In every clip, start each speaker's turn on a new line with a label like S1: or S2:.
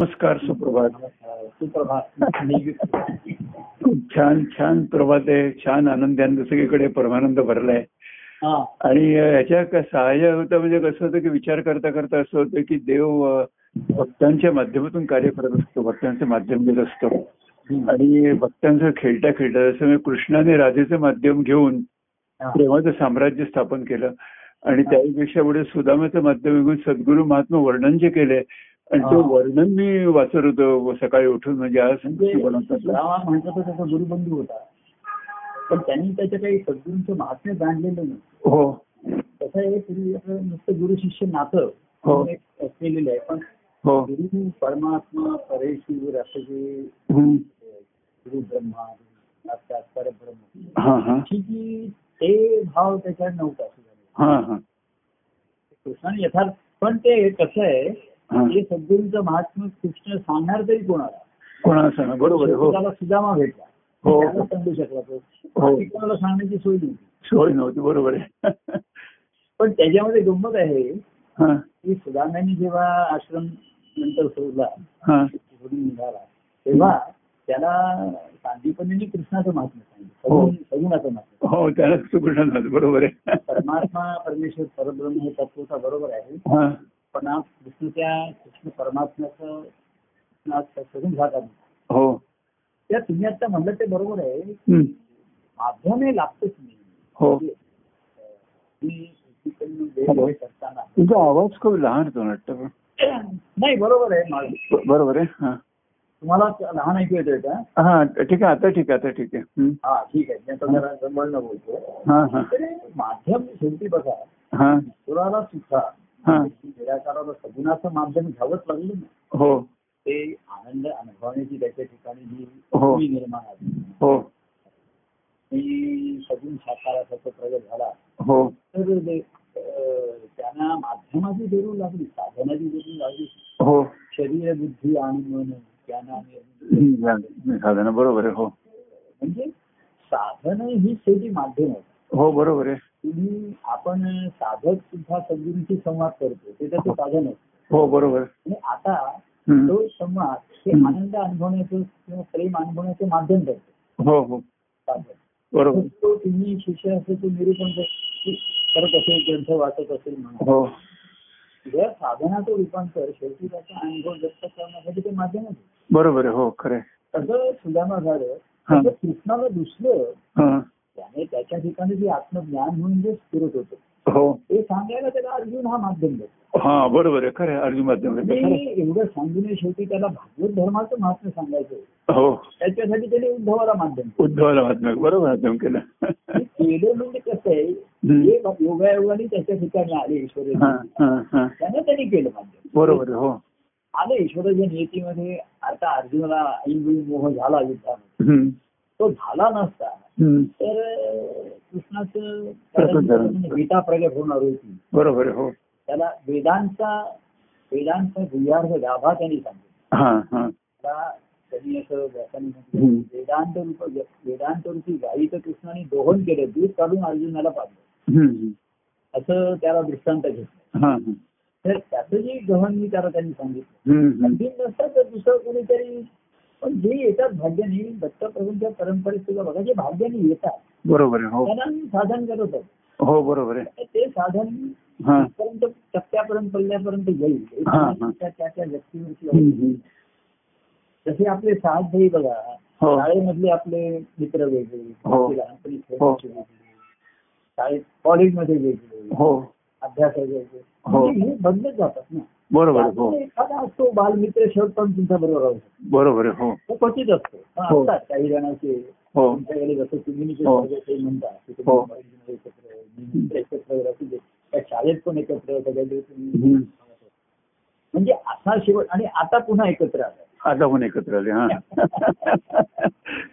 S1: नमस्कार सुप्रभात
S2: सुप्रभात नियुक्त
S1: खूप छान छान प्रभात आहे छान आनंदानं सगळीकडे परमानंद भरलाय
S2: हा
S1: आणि अं, ह्याच्या क- सहाय्य होतं म्हणजे कसं होतं की विचार करता करता असं होतं की देव अं, भक्तांच्या माध्यमातून कार्य करत असतो भक्तांचं माध्यम देत असतो
S2: हम्म.
S1: आणि भक्तांचं खेळता खेळता जसं म्हणजे कृष्णाने राधेचं माध्यम घेऊन
S2: हा.
S1: प्रेमाचं साम्राज्य स्थापन केलं आणि त्यापेक्षा पुढे सुदामाचं माध्यम घेऊन सद्गुरू महात्मा वर्णन जे केले आणि ते
S2: हा.
S1: वर्णन मी वाचत होतो सकाळी उठून म्हणजे आज
S2: म्हणजे
S1: बोलवतात
S2: रामा म्हणतो तो त्याचा गुरुबंधू होता पण त्यांनी त्याच्या काही सद्गुरूंचं महात्म्य जाणलेलं नाही
S1: हो
S2: तसं हे पूर्वी आपलं नुसतं गुरु शिष्य नातं
S1: हो.
S2: हे असलेलं आहे पण
S1: हो
S2: गुरु परमात्मा परेश्वर असं जे
S1: हम्म.
S2: गुरु ब्रह्मा साक्षात परब्रह्म
S1: हा हा
S2: अशी जी ते भाव त्याच्यात नव्हता
S1: हा हा
S2: कृष्णाने यथार्थ पण ते कसं आहे
S1: हा.
S2: हे म्हणजे सद्गुरूंचं महात्म्य कृष्ण सांगणार तरी कोणाला
S1: कोणाला सांगा बरोबर आहे, हो
S2: त्याला सुदामा भेटला
S1: हो.
S2: त्याला समजू शकला तो
S1: हो.
S2: बाकी कोणाला सांगण्याची सोय नव्हती
S1: सोय नव्हती बरोबर आहे
S2: पण त्याच्यामध्ये गंमत आहे
S1: हा
S2: की सुदाम्याने जेव्हा आश्रम नंतर सोडला
S1: हा
S2: सोडून निघाला तेव्हा त्याला सांदीपनीने कृष्णाचं महात्म्य
S1: हो.
S2: सांगितलं सगुणाचं महात्म्य
S1: हो त्याला सुकृष्णाला बरोबर आहे
S2: परमात्मा परमेश्वर परब्रह्म हे तत्वचा बरोबर आहे
S1: हा
S2: पण आज कृष्ण त्या कृष्ण परमात्म्याचं कृष्णाचं सगुण झाला
S1: हो
S2: त्या तुम्ही आता म्हणलं ते बरोबर आहे
S1: हम्म.
S2: माध्यम हे लागतच नाही म्हणजे,
S1: हो
S2: मी कृषीकडनं वेगवेगळे करताना
S1: तुझा आवाज खूप लहान होतो वाटतं पण.
S2: नाही बरोबर आहे माझं
S1: ब- बरोबर आहे हा
S2: तुम्हाला लहान ऐकू येतोय का
S1: हा ठीक आहे आता ठीक आहे आता ठीक आहे हम्म.
S2: हा ठीक आहे त्याचं जरा जमवणं बोलतो
S1: हा हा
S2: तर हे माध्यम शेवटी बघा
S1: हा
S2: ईश्वराला सुद्धा
S1: हा
S2: निराकाराला सगुणाचं माध्यम घ्यावंच लागलं ना
S1: हो
S2: ते आनंद अनुभवण्याची त्याच्या ठिकाणी जी
S1: हो.
S2: भूमी निर्माण आली
S1: हो
S2: ती सगुण साकाराचा प्रगत झाला
S1: हो
S2: तर ते, अं, त्यांना माध्यमाची जरूर लागली साधनाची जरूर लागली
S1: हो
S2: शरीर बुद्धी आणि मन ज्ञान आणि
S1: हम्म, साधना बरोबर आहे हो
S2: म्हणजे साधन ही शेवटी माध्यम आहे
S1: हो बरोबर आहे
S2: तुम्ही आपण साधक सुद्धा सद्गुरूंशी संवाद करतो ते त्याचं साधन आहे
S1: हो बरोबर
S2: आणि आता
S1: हम्म.
S2: तो संवाद हे
S1: हं.
S2: आनंद अनुभवण्याचं किंवा प्रेम अनुभवण्याचं माध्यम करतो
S1: हो हो
S2: साधन
S1: बरोबर
S2: तो तुम्ही शिष्य असेल तो निरूपण कर- करत असेल ग्रंथ वाचत असेल म्हणा
S1: हो
S2: या साधनाचं रूपांतर शेवटी त्याचा अनुभव व्यक्त करण्यासाठी ते माध्यम आहे
S1: बरोबर आहे हो खरं आहे.
S2: तसं सुदामा झालं
S1: हा.
S2: तसं कृष्णाला दुसरं
S1: हा.
S2: त्याने त्याच्या ठिकाणी जे आत्मज्ञान म्हणून जे फिरत होतं
S1: हो
S2: ते सांगायला त्याला अर्जुन हा माध्यम देतो
S1: हा बरोबर आहे खरं आहे. अर्जुन माध्यम आहे. खरं आहे.
S2: मी एवढं सांगून शेवटी त्याला भागवत धर्माचं महात्म्य सांगायचं आहे.
S1: हो
S2: त्याच्यासाठी त्याने उद्धवाला माध्यम दिलं.
S1: उद्धवाला माध्यम बरोबर माध्यम केलं
S2: हे केलं म्हणजे कसं आहे जे योगायोगाने त्याच्या ठिकाणी आले
S1: हा,
S2: ईश्वराच्या
S1: हा, हा.
S2: त्यांना त्यांनी केलं माध्यम
S1: बरोबर आहे. हो
S2: आले ईश्वराच्या नियतीमध्ये आता अर्जुनाला ऐनवेळी मोह झाला युद्धामध्ये
S1: हम्म.
S2: तो झाला नसता
S1: हम्म.
S2: तर अं, कृष्णाचं
S1: प्रकट झालं.
S2: कारण गीता प्रगट होणार होती
S1: बरोबर आहे. हो
S2: त्याला वेदांचा वेदांचा गुह्यार्थ गाभा त्यांनी सांगितला
S1: हा हा
S2: आता त्यांनी असं व्याख्यान
S1: हम्म.
S2: म्हटलं वेदांत रूप वेदांत रूपी गायीचं कृष्णाने दोहन केलं दूध काढून अर्जुनाला पाडलं
S1: हम्म.
S2: असं त्याला दृष्टांत घेतलं
S1: हा, हा.
S2: तर त्याचं जे गहन मी त्याला त्यांनी सांगितलं
S1: हम्म, हम्म.
S2: अंतिम नसतात तर दुसरं कोणीतरी पण जे येतात भाग्याने दत्तप्रभूंच्या परंपरेत सुद्धा बघा जे भाग्याने येतात
S1: बरोबर आहे.
S2: त्यांना मी साधन करत होतो.
S1: हो हो बरोबर आहे
S2: तर ते साधन
S1: हा
S2: पर्यंत टप्प्यापर्यंत पल्ल्यापर्यंत येईल
S1: हा, हा.
S2: त्या त्या त्या व्यक्तीवरती
S1: हम्म,
S2: अवलंबून.
S1: हम्म.
S2: जसे आपले साधही बघा
S1: हो
S2: शाळेमधले आपले मित्र वेगळे
S1: हो.
S2: ते लहानपणी
S1: हो.
S2: खेळायचे वेगळे शाळेत कॉलेजमध्ये वेगळे
S1: हो
S2: अभ्यास वेगळे
S1: हो.
S2: म्हणजे हे बदलत जातात ना
S1: बरोबर आहे.
S2: त्यातून
S1: हो
S2: एखादा असतो बालमित्र शर्ट पण तुमच्या बरोबर असतो
S1: बरोबर आहे. हो
S2: तो क्वचित असतो पण
S1: हो.
S2: असतात काही जणांचे
S1: हो
S2: तुमच्याकडे जसं तुम्ही जे
S1: हो.
S2: वर्गाचे म्हणता की
S1: हो.
S2: तुम्ही कॉलेजमध्ये एकत्र मी मित्र एकत्र वगैरे असू दे. त्या शाळेत पण एकत्र सगळ्यांकडे तुम्ही
S1: हम्म.
S2: म्हणजे असा शेवट आणि आता पुन्हा एकत्र आला
S1: आता पण एकत्र आले हा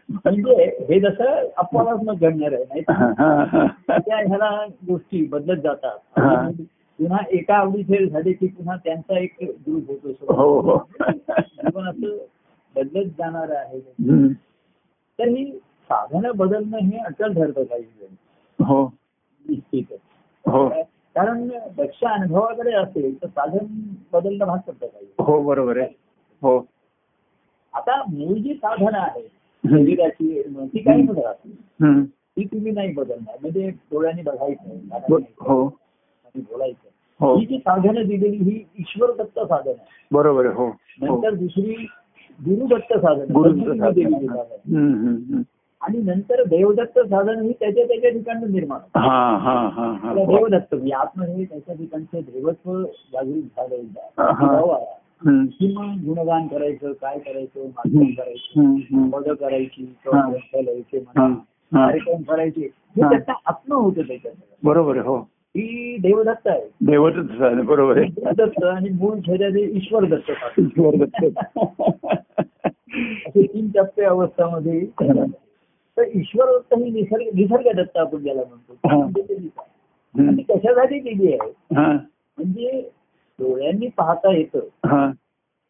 S2: म्हणजे हे जसं अपवादात्मक घडणार आहे नाही
S1: हा, हा, हा.
S2: त्या ह्याला गोष्टी बदलत जातात
S1: हा.
S2: आणि पुन्हा एका आवडीचे झाले की पुन्हा त्यांचा एक ग्रुप होतो
S1: हो
S2: सुरुवात.
S1: हो
S2: जीवन असं बदलत जाणार आहे
S1: हम्म.
S2: तर ही साधनं बदलणं हे अटल ठरतं काही जण
S1: हो
S2: निश्चितच
S1: हो
S2: कारण दक्ष अनुभवाकडे असेल तर साधन बदलणं भाग पडतं काही
S1: हो बरोबर आहे हो
S2: आता मूळ जी साधना आहे
S1: हम्म.
S2: शरीराची ती काही बदलणार नाही.
S1: हम्म.
S2: ती तुम्ही नाही बदलणार म्हणजे डोळ्यांनी बघायचं कानाने
S1: ब-
S2: ऐकायचं,
S1: हो
S2: आणि बोलायचं
S1: हो
S2: ही जी साधनं दिलेली ही ईश्वरदत्त साधन आहे
S1: बरोबर आहे हो हो
S2: नंतर दुसरी गुरुदत्त साधन
S1: गुरुचं साधन.
S2: देवी साधन
S1: हम्म, हम्म, हम्म.
S2: आणि नंतर देवदत्त साधन ही त्याच्या त्याच्या ठिकाणी निर्माण होतं.
S1: हा हा हा हा
S2: त्याला देवदत्त म्हणजे आत्म हे त्याच्या ठिकाणचं देवत्व जागृत झालं एकदा.
S1: हा.
S2: भाव आला.
S1: हम्म,
S2: की मग गुणगान करायचं काय करायचं माध्यम
S1: हम्म,
S2: करायचं
S1: हम्म, हम्म.
S2: मदत करायची
S1: हा.
S2: करायचे
S1: हा, हा.
S2: कार्यक्रम करायचे हे
S1: हा.
S2: त्याचा आत्म होतं त्याच्यात
S1: बरोबर आहे हो
S2: ही देवदत्त आहे
S1: देवतच झालं, बरोबर आहे
S2: दत्त आणि मूळ शरीराचे ईश्वर दत्त साधन.
S1: ईश्वर दत्त.
S2: असे तीन टप्पे अवस्थामध्ये तर ईश्वर दत्त ही निसर्ग निसर्ग दत्त आपण ज्याला
S1: हा.
S2: म्हणतो म्हणजे ते निसर्ग. आणि
S1: हम्म.
S2: कशासाठी केली आहे
S1: हा,
S2: म्हणजे डोळ्यांनी पाहता येतं
S1: हा.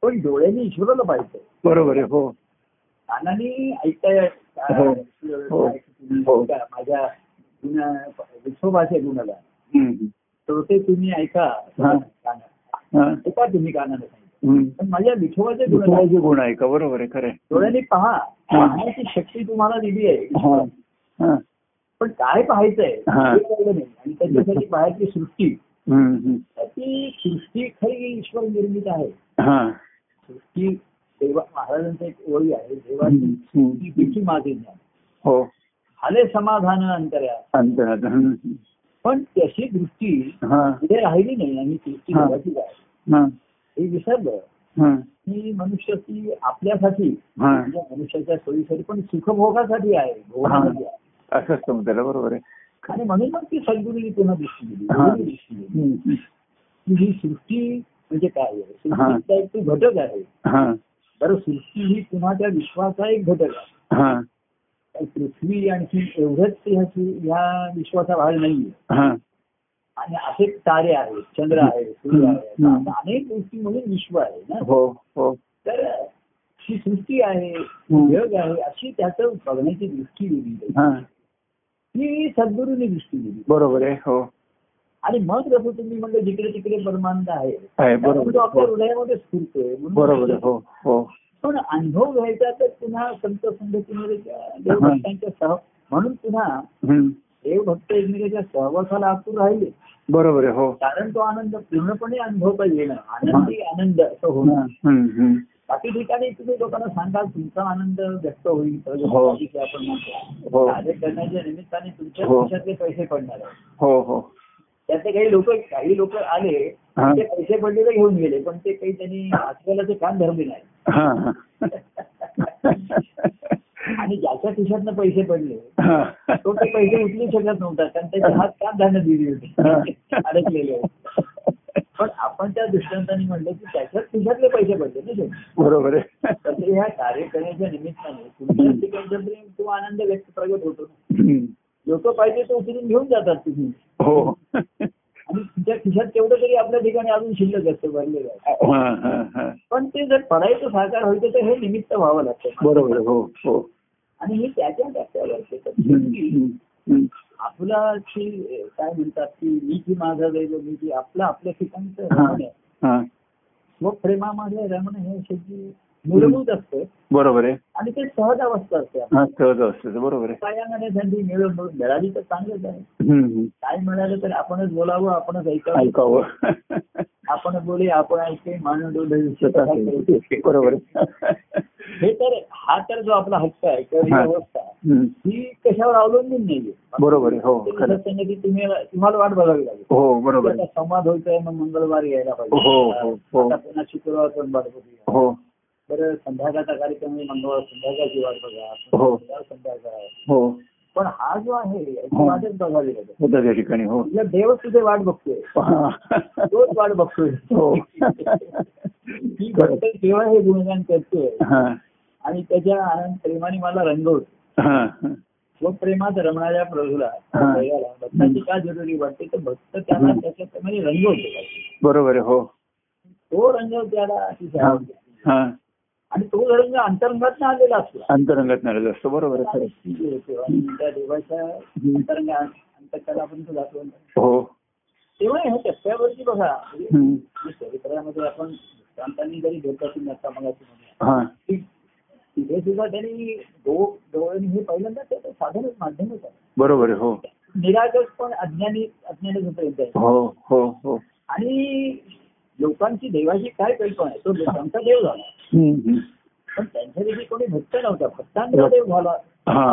S2: पण डोळ्यांनी ईश्वराला पाहिजे
S1: बरोबर आहे हो
S2: कानाने ऐकता येत-
S1: हो. हो. हो.
S2: काय माझ्या गुणा विश्वभाषा गुणाला
S1: हम्म.
S2: श्रोते तुम्ही ऐका
S1: हा.
S2: काना
S1: हा.
S2: ऐका तुम्ही कानाने सांगितलं
S1: हम्म.
S2: पण माझ्या विठोबाच्या गुणाला
S1: विठ्ठलाचे गुण आहे का बरोबर आहे खरं आहे.
S2: डोळ्यांनी पहा
S1: हा.
S2: पाहण्याची शक्ती तुम्हाला दिली
S1: हा,
S2: आहे
S1: हो. हा.
S2: पण काय पाहायचंय हे
S1: हा.
S2: कळलं नाही आणि त्याच्यासाठी बाहेरची सृष्टी
S1: हम्म, हम्म.
S2: तर ती सृष्टी खरी ईश्वर निर्मित आहे
S1: हा.
S2: सृष्टी देवा महाराजांचं एक ओळी आहे
S1: हम्म,
S2: देवाची
S1: हम्म.
S2: भीती माझे ज्ञान
S1: हो
S2: झाले समाधान अंतर्या
S1: अंतरात हम्म.
S2: पण तशी दृष्टी
S1: हा,
S2: पुढे राहिली नाही आणि दृष्टी
S1: हा.
S2: देवाची आहे
S1: हा,
S2: हे विसरलं
S1: हा.
S2: की मनुष्य ती आपल्यासाठी
S1: हा.
S2: म्हणजे मनुष्याच्या सोयीसाठी पण सुखभोगासाठी आहे भोगासाठी आहे
S1: असं असतं त्याला बरोबर आहे
S2: आणि म्हणून मग ती सद्गुरूंनी पुन्हा दृष्टी दिली
S1: हा.
S2: वेगळी दृष्टी दिली
S1: हम्म.
S2: की ही सृष्टी म्हणजे काय आहे
S1: हा.
S2: सृष्टीचा एक तो घटक आहे
S1: हा,
S2: तर सृष्टी ही पुन्हा त्या विश्वाचा एक घटक आहे
S1: हा,
S2: तर पृथ्वी आणखी एवढंच ह्या सृ- ह्या विश्वाचा भाग नाहीये
S1: हा.
S2: आणि असे तारे आहेत चंद्र आहे सूर्य आहे
S1: हम्म.
S2: आता अनेक गोष्टी म्हणून विश्व आहे ना
S1: हो हो
S2: तर ही सृष्टी आहे
S1: हम्म.
S2: जग आहे अशी त्याचं बघण्याची दृष्टी दिली जाईल.
S1: हा,
S2: ही सद्गुरूने दृष्टी दिली
S1: बरोबर आहे हो
S2: आणि मग जसं तुम्ही म्हणलं जिकडे तिकडे परमानंद आहे
S1: आहे
S2: तो आपल्या
S1: बरोबर
S2: हृदयामध्ये स्फुरतोय म्हणून
S1: बरोबर आहे हो हो
S2: पण अनुभव घ्यायचा तर पुन्हा संत संगतीमध्ये त्या देवभक्तांच्या सह म्हणून पुन्हा
S1: हम्म.
S2: देवभक्त एकमेकांच्या सहवासाला आतूर राहिले
S1: बरोबर आहे हो
S2: कारण तो आनंद पूर्णपणे अनुभवता येणं आनंदी आनंद असं होणं
S1: हम्म, हम्म.
S2: बाकी ठिकाणी तुम्ही लोकांना सांगाल तुमचा आनंद व्यक्त होईल प्रगट
S1: हो.
S2: होईल, जे आपण म्हणतो
S1: हो.
S2: कार्य करण्याच्या निमित्ताने तुमच्या
S1: हो.
S2: खिशातले पैसे पडणार आहेत
S1: हो हो
S2: त्यातले काही लोक काही लोक आले
S1: हा.
S2: ते पैसे पडलेले घेऊन गेले पण ते काही त्यांनी आजकाल ते काम धरले नाही
S1: हा हा.
S2: आणि ज्याच्या खिशातनं पैसे पडले
S1: हा.
S2: तो ते पैसे उचलू शकत नव्हता कारण त्याचे हात काम धरणं दिली होती अडकलेले होते पण आपण त्या दृष्टांताने म्हणलं की त्याच्याच खिशातले पैसे पडले ना शेवटी.
S1: बरोबर आहे
S2: तर ते ह्या कार्य करण्याच्या निमित्ताने तुमच्या ठिकाणचं प्रेम तो आनंद व्यक्त प्रगट होतो
S1: हम्म.
S2: लोक पाहिजे तो उचलून घेऊन जातात तुम्ही
S1: हो
S2: आणि तुमच्या खिशात तेवढं तरी आपल्या ठिकाणी अजून शिल्लक असतं भरलेलं आहे.
S1: हा हा हा
S2: पण ते जर पडायचं साकार व्हायचं तर हे निमित्त व्हावं लागतं
S1: बरोबर आहे, हो हो
S2: आणि हे त्याच्या टप्प्यावर असते. तर
S1: हम्म,
S2: शेवटी
S1: हम्म, हम्म.
S2: आपला की काय म्हणतात की मी की माझा दैव मी की आपला आपल्या ठिकाणचं
S1: हा.
S2: रमण आहे
S1: हा.
S2: स्वप्रेमामध्ये रमण हे शेवटी मूलभूत असतं
S1: बरोबर आहे
S2: आणि ते सहज अवस्था असते आपली.
S1: हा सहज असतं बरोबर आहे
S2: पायांगाने संधी मिळून मिळून मिळाली तर चांगलंच आहे
S1: हम्म, हम्म.
S2: काय मिळालं तर आपणच बोलावं आपणच ऐकावं
S1: ऐकावं
S2: आपण बोले आपण ऐकते मानव डोळे
S1: बरोबर आहे.
S2: हे तर हा तर जो आपला हक्क आहे किंवा ही
S1: हा.
S2: अवस्था
S1: हम्म.
S2: ही कशावर अवलंबून नाहीये
S1: बरोबर आहे, हो,
S2: ते
S1: खरं.
S2: असं नाही की तुम्ही तुम्हाला वाट बघावी लागेल
S1: हो बरोबर
S2: आता
S1: आहे.
S2: संवाद होतोय मग मंगळवारी यायला
S1: हो, हो, हो.
S2: आता पुन्हा शुक्रवार पण वाट बघूया
S1: हो
S2: तर संध्याकाळचा कार्यक्रम आहे, मंगळवार संध्याकाळची वाट बघा
S1: हो.
S2: मंगळवार संध्याकाळ
S1: हो
S2: पण हा जो आहे याची
S1: हो.
S2: वाटच बघावी लागेल
S1: होतं त्या ठिकाणी हो
S2: आपला देवच तुझे वाट बघतोय
S1: हा.
S2: तोच वाट बघतोय
S1: हो
S2: ती भक्त केवळ हे गुणगान करतोय
S1: हा
S2: आणि त्याच्या आनंद प्रेमाने मला रंगवत
S1: हा
S2: व प्रेमात रमणाऱ्या प्रभूला
S1: हा.
S2: दैवाला भक्ताची का जरुरी वाटते तर भक्त त्याला
S1: हम्म.
S2: त्याच्या प्रेमाने रंगवतो
S1: बरोबर आहे हो
S2: तो रंग त्याला अतिशय
S1: हा
S2: आवडतो.
S1: हा
S2: आणि तो रंग अंतरंगात आलेला असला
S1: अंतरंगात नाराज असतो बरोबर आहे खरं आहे.
S2: ती जी होते आणि त्या देवाच्या अंतरंगात अंतकाला आपण तो दाखवून
S1: हो
S2: तेव्हा ह्या टप्प्यावरती बघा
S1: हम्म.
S2: म्हणजे चरित्रामध्ये आपण संतांनी जरी ढोकाची नसता मला असं म्हणूया.
S1: हा
S2: ती- तिथे सुद्धा त्यांनी डो- डोळ्यांनी हे पहिल्यांदा ते ते साधारण माध्यमच आहे
S1: बरोबर आहे. हो
S2: निरागस पण अज्ञानी अज्ञानी होतं आहे
S1: हो हो हो
S2: आणि लोकांची देवाची काय कल्पना आहे तो लोकांचा देव झाला
S1: हम्म, हम्म.
S2: पण त्यांच्यापैकी कोणी भक्त नव्हता भक्तांचा देव झाला
S1: हा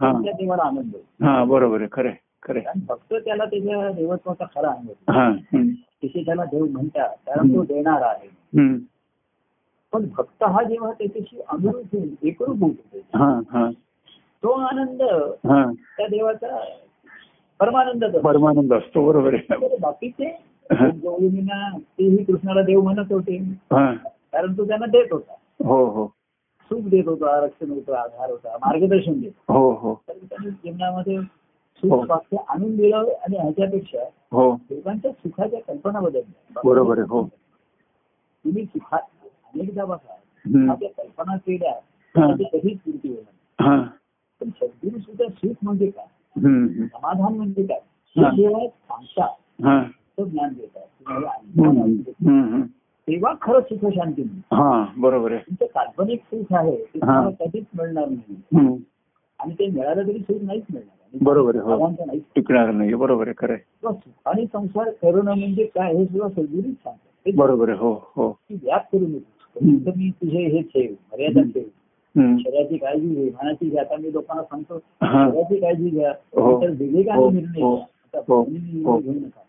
S1: हा
S2: त्या देवाला आनंद होतो.
S1: हा बरोबर आहे खरं आहे, खरं आहे.
S2: कारण भक्त त्याला त्याच्या देवत्वाचा खरा आनंद होतो.
S1: हा हम्म,
S2: तिथे त्याला देव म्हणतात कारण तो
S1: हं.
S2: देणारा आहे
S1: हम्म.
S2: पण भक्त हा जेव्हा त्याच्याशी अनुरूप होईल एकरूप होतो
S1: हा हा
S2: तो आनंद
S1: हा
S2: त्या देवाचा परमानंद
S1: परमानंद असतो बरोबर आहे
S2: बाकीचे
S1: हा.
S2: गौरींना तेही कृष्णाला देव म्हणत होते
S1: हा
S2: कारण तो त्यांना देत होता
S1: हो हो
S2: सुख देत होता आरक्षण होतं आधार होता मार्गदर्शन देत होता.
S1: हो हो
S2: तर त्यांनी जीवनामध्ये
S1: हो.
S2: सुख वाक्य आणून दिलं आणि ह्याच्यापेक्षा
S1: हो
S2: लोकांच्या सुखाच्या कल्पना बदलल्या
S1: बरोबर आहे हो
S2: तुम्ही सुखा अनेकदा बघा
S1: हम्म.
S2: सुखाच्या कल्पना केल्या
S1: हा.
S2: त्याची कधीच पूर्ती होणार नाही.
S1: हा
S2: पण शेवटी सुद्धा सुख म्हणजे काय
S1: हम्म, हम्म.
S2: समाधान म्हणजे काय
S1: हा.
S2: हे जेव्हा सांगता
S1: हा
S2: तो ज्ञान देतात तुम्हाला
S1: हम्म,
S2: अनुभव येतो.
S1: हम्म, हम्म.
S2: तेव्हा खरं सुख शांती मिळते.
S1: हा बरोबर आहे
S2: तुमचं काल्पनिक सुख आहे ते
S1: हा.
S2: तुम्हाला कधीच मिळणार नाही
S1: हम्म.
S2: आणि ते मिळालं तरी सुख नाहीच मिळणार आणि
S1: बरोबर आहे, हो.
S2: सर्वांचं नाहीच
S1: टिकणार नाही बरोबर आहे खरं आहे.
S2: किंवा सुखाने संसार करणं म्हणजे काय हे सुद्धा सदगुरूच सांगतात ते
S1: बरोबर आहे हो हो
S2: की व्याप करू नको
S1: हम्म.
S2: तर मी तुझे हे ठेव मर्यादा
S1: हम्म.
S2: ठेव
S1: हम्म.
S2: शरीराची काळजी घे मनाची घ्या आता मी लोकांना सांगतो
S1: हा
S2: शरीराची काळजी घ्या
S1: हो.
S2: तर
S1: हो.
S2: विवेकाने निर्णय
S1: हो.
S2: घ्या आता
S1: हो.
S2: भावनेने
S1: हो.
S2: निर्णय घेऊ नका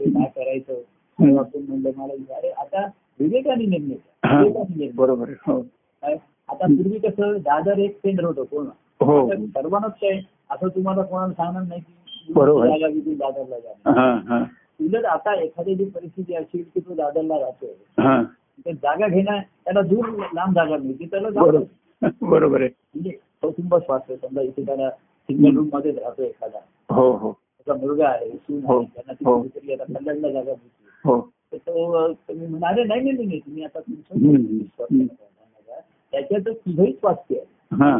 S2: ते काय करायचं
S1: हम्म.
S2: तेव्हा आपण म्हणलं मला अरे आता विवेकाने निर्णय घ्या
S1: हा.
S2: विवेकाने निर्णय घ्या.
S1: बरोबर आहे हो
S2: काय? आता पूर्वी कसं दादर एक केंद्र होतं कोण
S1: हो
S2: आता सर्वांनाच काय असं तुम्हाला कोणाला सांगणार नाही की
S1: बरोबर.
S2: जागा विकून दादरला जाणार
S1: हा हा
S2: उलट आता एखाद्याची परिस्थिती अशी की तो दादरला राहतोय
S1: हा
S2: तर जागा घेणं त्याला दूर लांब जागा मिळते त्याला जागा
S1: बरोबर बरोबर आहे
S2: म्हणजे कौटुंबच वाचतोय समजा इथे त्याला सिंगल रूम मध्येच राहतो एखादा
S1: हो हो
S2: त्याचा मुलगा आहे सून
S1: हो.
S2: आहे त्यांना ती
S1: हो.
S2: कुठेतरी आता कल्याणला जागा मिळते
S1: हो
S2: तर तो तुम्ही म्हणाले नाही नाही नाही, नाही तुम्ही आता
S1: हम्म, हम्म, हम्म.
S2: तुमचं त्याच्यातच तुझंच वाक्य आहे
S1: हा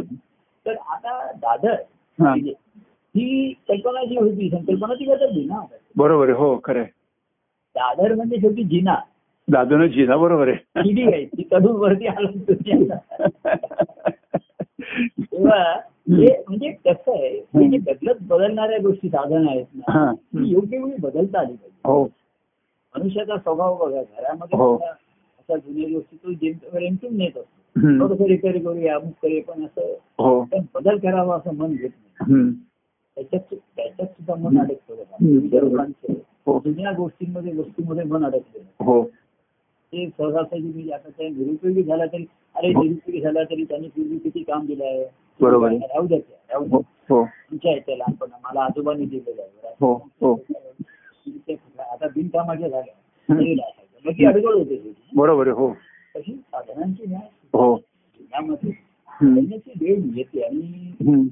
S2: तर आता दादर
S1: हा
S2: म्हणजे ही कल्पना जी होती संकल्पना ती बदलली ना
S1: बरोबर आहे हो खरं आहे.
S2: दादर म्हणजे शेवटी जिना
S1: दादूनं जिना बरोबर आहे
S2: किडी आहे ती कडून वरती आला दुनियाला. तेव्हा हे म्हणजे कसं आहे हे जे बदलत बदलणाऱ्या गोष्टी साधन आहेत ना
S1: हा
S2: ती योग्य वेळी बदलता आली पाहिजे
S1: हो
S2: मनुष्याचा स्वभाव बघा घरामध्ये
S1: हो.
S2: सुद्धा अशा जुन्या गोष्टी तो जेम- रेमटून नेत असतो
S1: हम्म.
S2: थोडंसं रिपेअर करूया अमुक करे पण असं
S1: हो
S2: पण बदल करावा असं मन घेत नाही
S1: हम्म.
S2: त्याच्यात त्याच्यात सुद्धा मन अडकतो बघा.
S1: हम्म, बरोबर.
S2: लोकांचं
S1: हो
S2: जुन्या गोष्टींमध्ये वस्तूमध्ये मन अडकलेलं
S1: हो
S2: ते सहजासहजी म्हणजे आता त्या निरुपयोगी झाला तरी अरे
S1: हो.
S2: निरुपयोगी झाला तरी त्यांनी पूर्वी किती काम दिलं आहे
S1: बरोबर आहे.
S2: राहू द्या त्या, राहू द्या
S1: हो हो
S2: तुमच्या आहे त्या लहानपणा मला आजोबांनी दिलेलं आहे
S1: हो हो
S2: ते खरं. आता बिनकामाच्या झाल्या
S1: हम्म.
S2: तरी लागायचं. मग ती अडगळ होते त्याची.
S1: बरोबर आहे हो
S2: तशी साधनांची न्याय
S1: हो
S2: जीवनामध्ये
S1: हम्म.
S2: करण्याची वेळ येते आणि
S1: हम्म.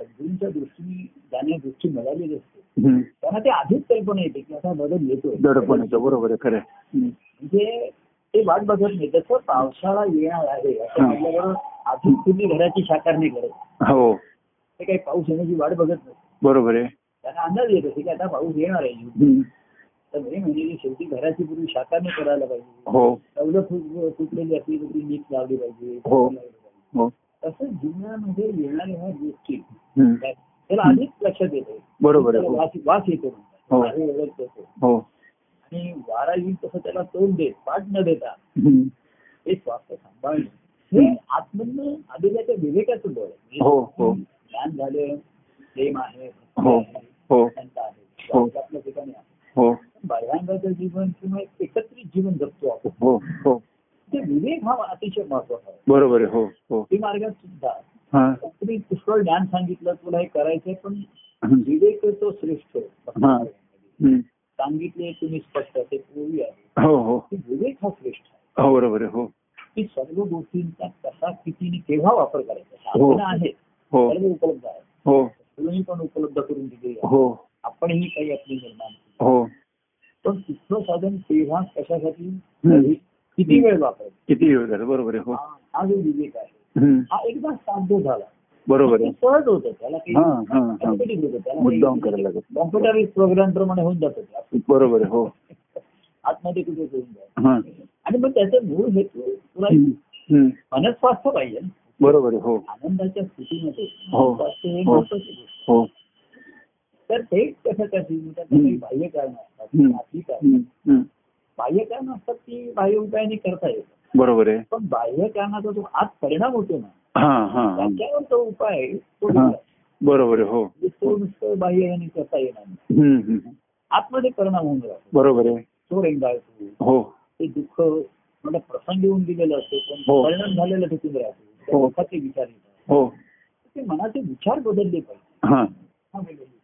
S2: सद्गुरूंच्या दृष्टीने ज्याने दृष्टी मिळालेली असते
S1: हम्म.
S2: त्यांना ते आधीच कल्पना येते की असा बदल येतो
S1: दडपण येतं बरोबर आहे खरं आहे. हम्म.
S2: म्हणजे ते वाट बघत नाही तसं पावसाळा येणार आहे असं म्हटल्याबरोबर अजून तुम्ही घराची साकार नाही करत
S1: हो
S2: ते काही पाऊस येण्याची वाट बघत नाही
S1: बरोबर आहे
S2: त्यांना अंदाज येत असे की आता पाऊस येणार आहे
S1: हम्म.
S2: तर मे महिन्याची शेवटी घराची पूर्वी शाकारणी करायला पाहिजे
S1: हो
S2: सवलत फुट- फुटलेली असली तर ती नीट लावली पाहिजे
S1: हो. हो
S2: तसं जीवनामध्ये येणाऱ्या ह्या गोष्टी
S1: हम्म.
S2: त्याला आधीच लक्षात येते
S1: बरोबर आहे हो.
S2: वास- वास येतो
S1: हो.
S2: वारे ओळखतो तो.
S1: हो
S2: आणि वारा येईल तसं त्याला तोंड देत पाठ न देता
S1: हम्म.
S2: हे स्वास्थ्य सांभाळणं हे आत्मन आलेल्या त्या विवेकाचं बळ आहे.
S1: हो, हो.
S2: ज्ञान झालं प्रेम आहे
S1: हो हो
S2: शांत आहे
S1: हो.
S2: आपल्या ठिकाणी आहे.
S1: हो
S2: बाह्यांगाचं जीवन किंवा एक एकत्रित जीवन जगतो आपण
S1: हो हो
S2: ते विवेक हा अतिशय महत्वाचा आहे
S1: बरोबर आहे हो हो
S2: ते मार्गात सुद्धा
S1: हा
S2: तुम्ही पुष्कळ ज्ञान सांगितलं तुला हे करायचंय पण
S1: हम्म.
S2: विवेक तो श्रेष्ठ आहे.
S1: हा. हम्म.
S2: सांगितले तुम्ही स्पष्ट ते पूर्वी आहे
S1: हो हो
S2: ते विवेक हा श्रेष्ठ आहे
S1: हो बरोबर आहे हो
S2: की सर्व गोष्टींचा कसा कितीने केव्हा वापर करायचा
S1: हो.
S2: साधनं आहेत
S1: हो
S2: सर्व उपलब्ध आहे
S1: हो
S2: तुम्ही पण उपलब्ध करून दिली आहे.
S1: हो
S2: आपणही काही आपली निर्माण केली.
S1: हो
S2: पण कुठलं साधन केव्हा कशासाठी
S1: हम्म.
S2: कधी, किती वेळ वापरायचा
S1: हो. किती वेळ झालं बरोबर आहे हो
S2: हा- हा जो विवेक आहे
S1: हम्म.
S2: हा एकदा साध्य झाला
S1: बरोबर
S2: ते
S1: आहे
S2: सहज होतं त्याला काही
S1: हा हा हा
S2: automatic होतं. त्याला
S1: मुद्दाम
S2: काही
S1: करायला लागत
S2: कॉम्प्युटर प्रोग्राम प्रमाणे होऊन जात
S1: बरोबर आहे हो
S2: आतमध्ये कुठे होऊन जात
S1: हा
S2: आणि मग त्याचे मूळ हेतू तुला
S1: हम्म. हम्म.
S2: मनस्वास्थ्य पाहिजे ना.
S1: बरोबर आहे हो
S2: आनंदाच्या स्थितीमध्ये
S1: हो.
S2: मनस्वास्थ्य हे
S1: हो.
S2: महत्वाची गोष्ट आहे.
S1: हो
S2: तर ते कसं करतील मग त्यात
S1: हम्म.
S2: काही बाह्य कारण असतात
S1: हम्म.
S2: आपली कारण
S1: हम्म. हम्म.
S2: बाह्य कारण असतात ती बाह्य उपायाने करता येतात
S1: बरोबर आहे
S2: पण बाह्य कारणाचा जो आज परिणाम होतो ना
S1: हा हा हा.
S2: त्याच्यावर तो उपाय तो
S1: हा.
S2: वेगळा.
S1: बरोबर आहे हो
S2: म्हणजे तो नुसतं बाह्य याने करता येणार नाही
S1: हम्म. हम्म.
S2: आतमध्ये परिणाम होऊन राहतो
S1: बरोबर आहे
S2: तो रेंगाळतो
S1: हो
S2: ते दुःख म्हणजे प्रसंग येऊन दिलेलं असतो
S1: हो.
S2: पण परिणाम झालेला टिकून राहतो त्या
S1: हो.
S2: दुःखाचे विचार येतात
S1: हो
S2: ते मनाचे विचार बदलले पाहिजे
S1: हा
S2: हा बदलले पाहिजे.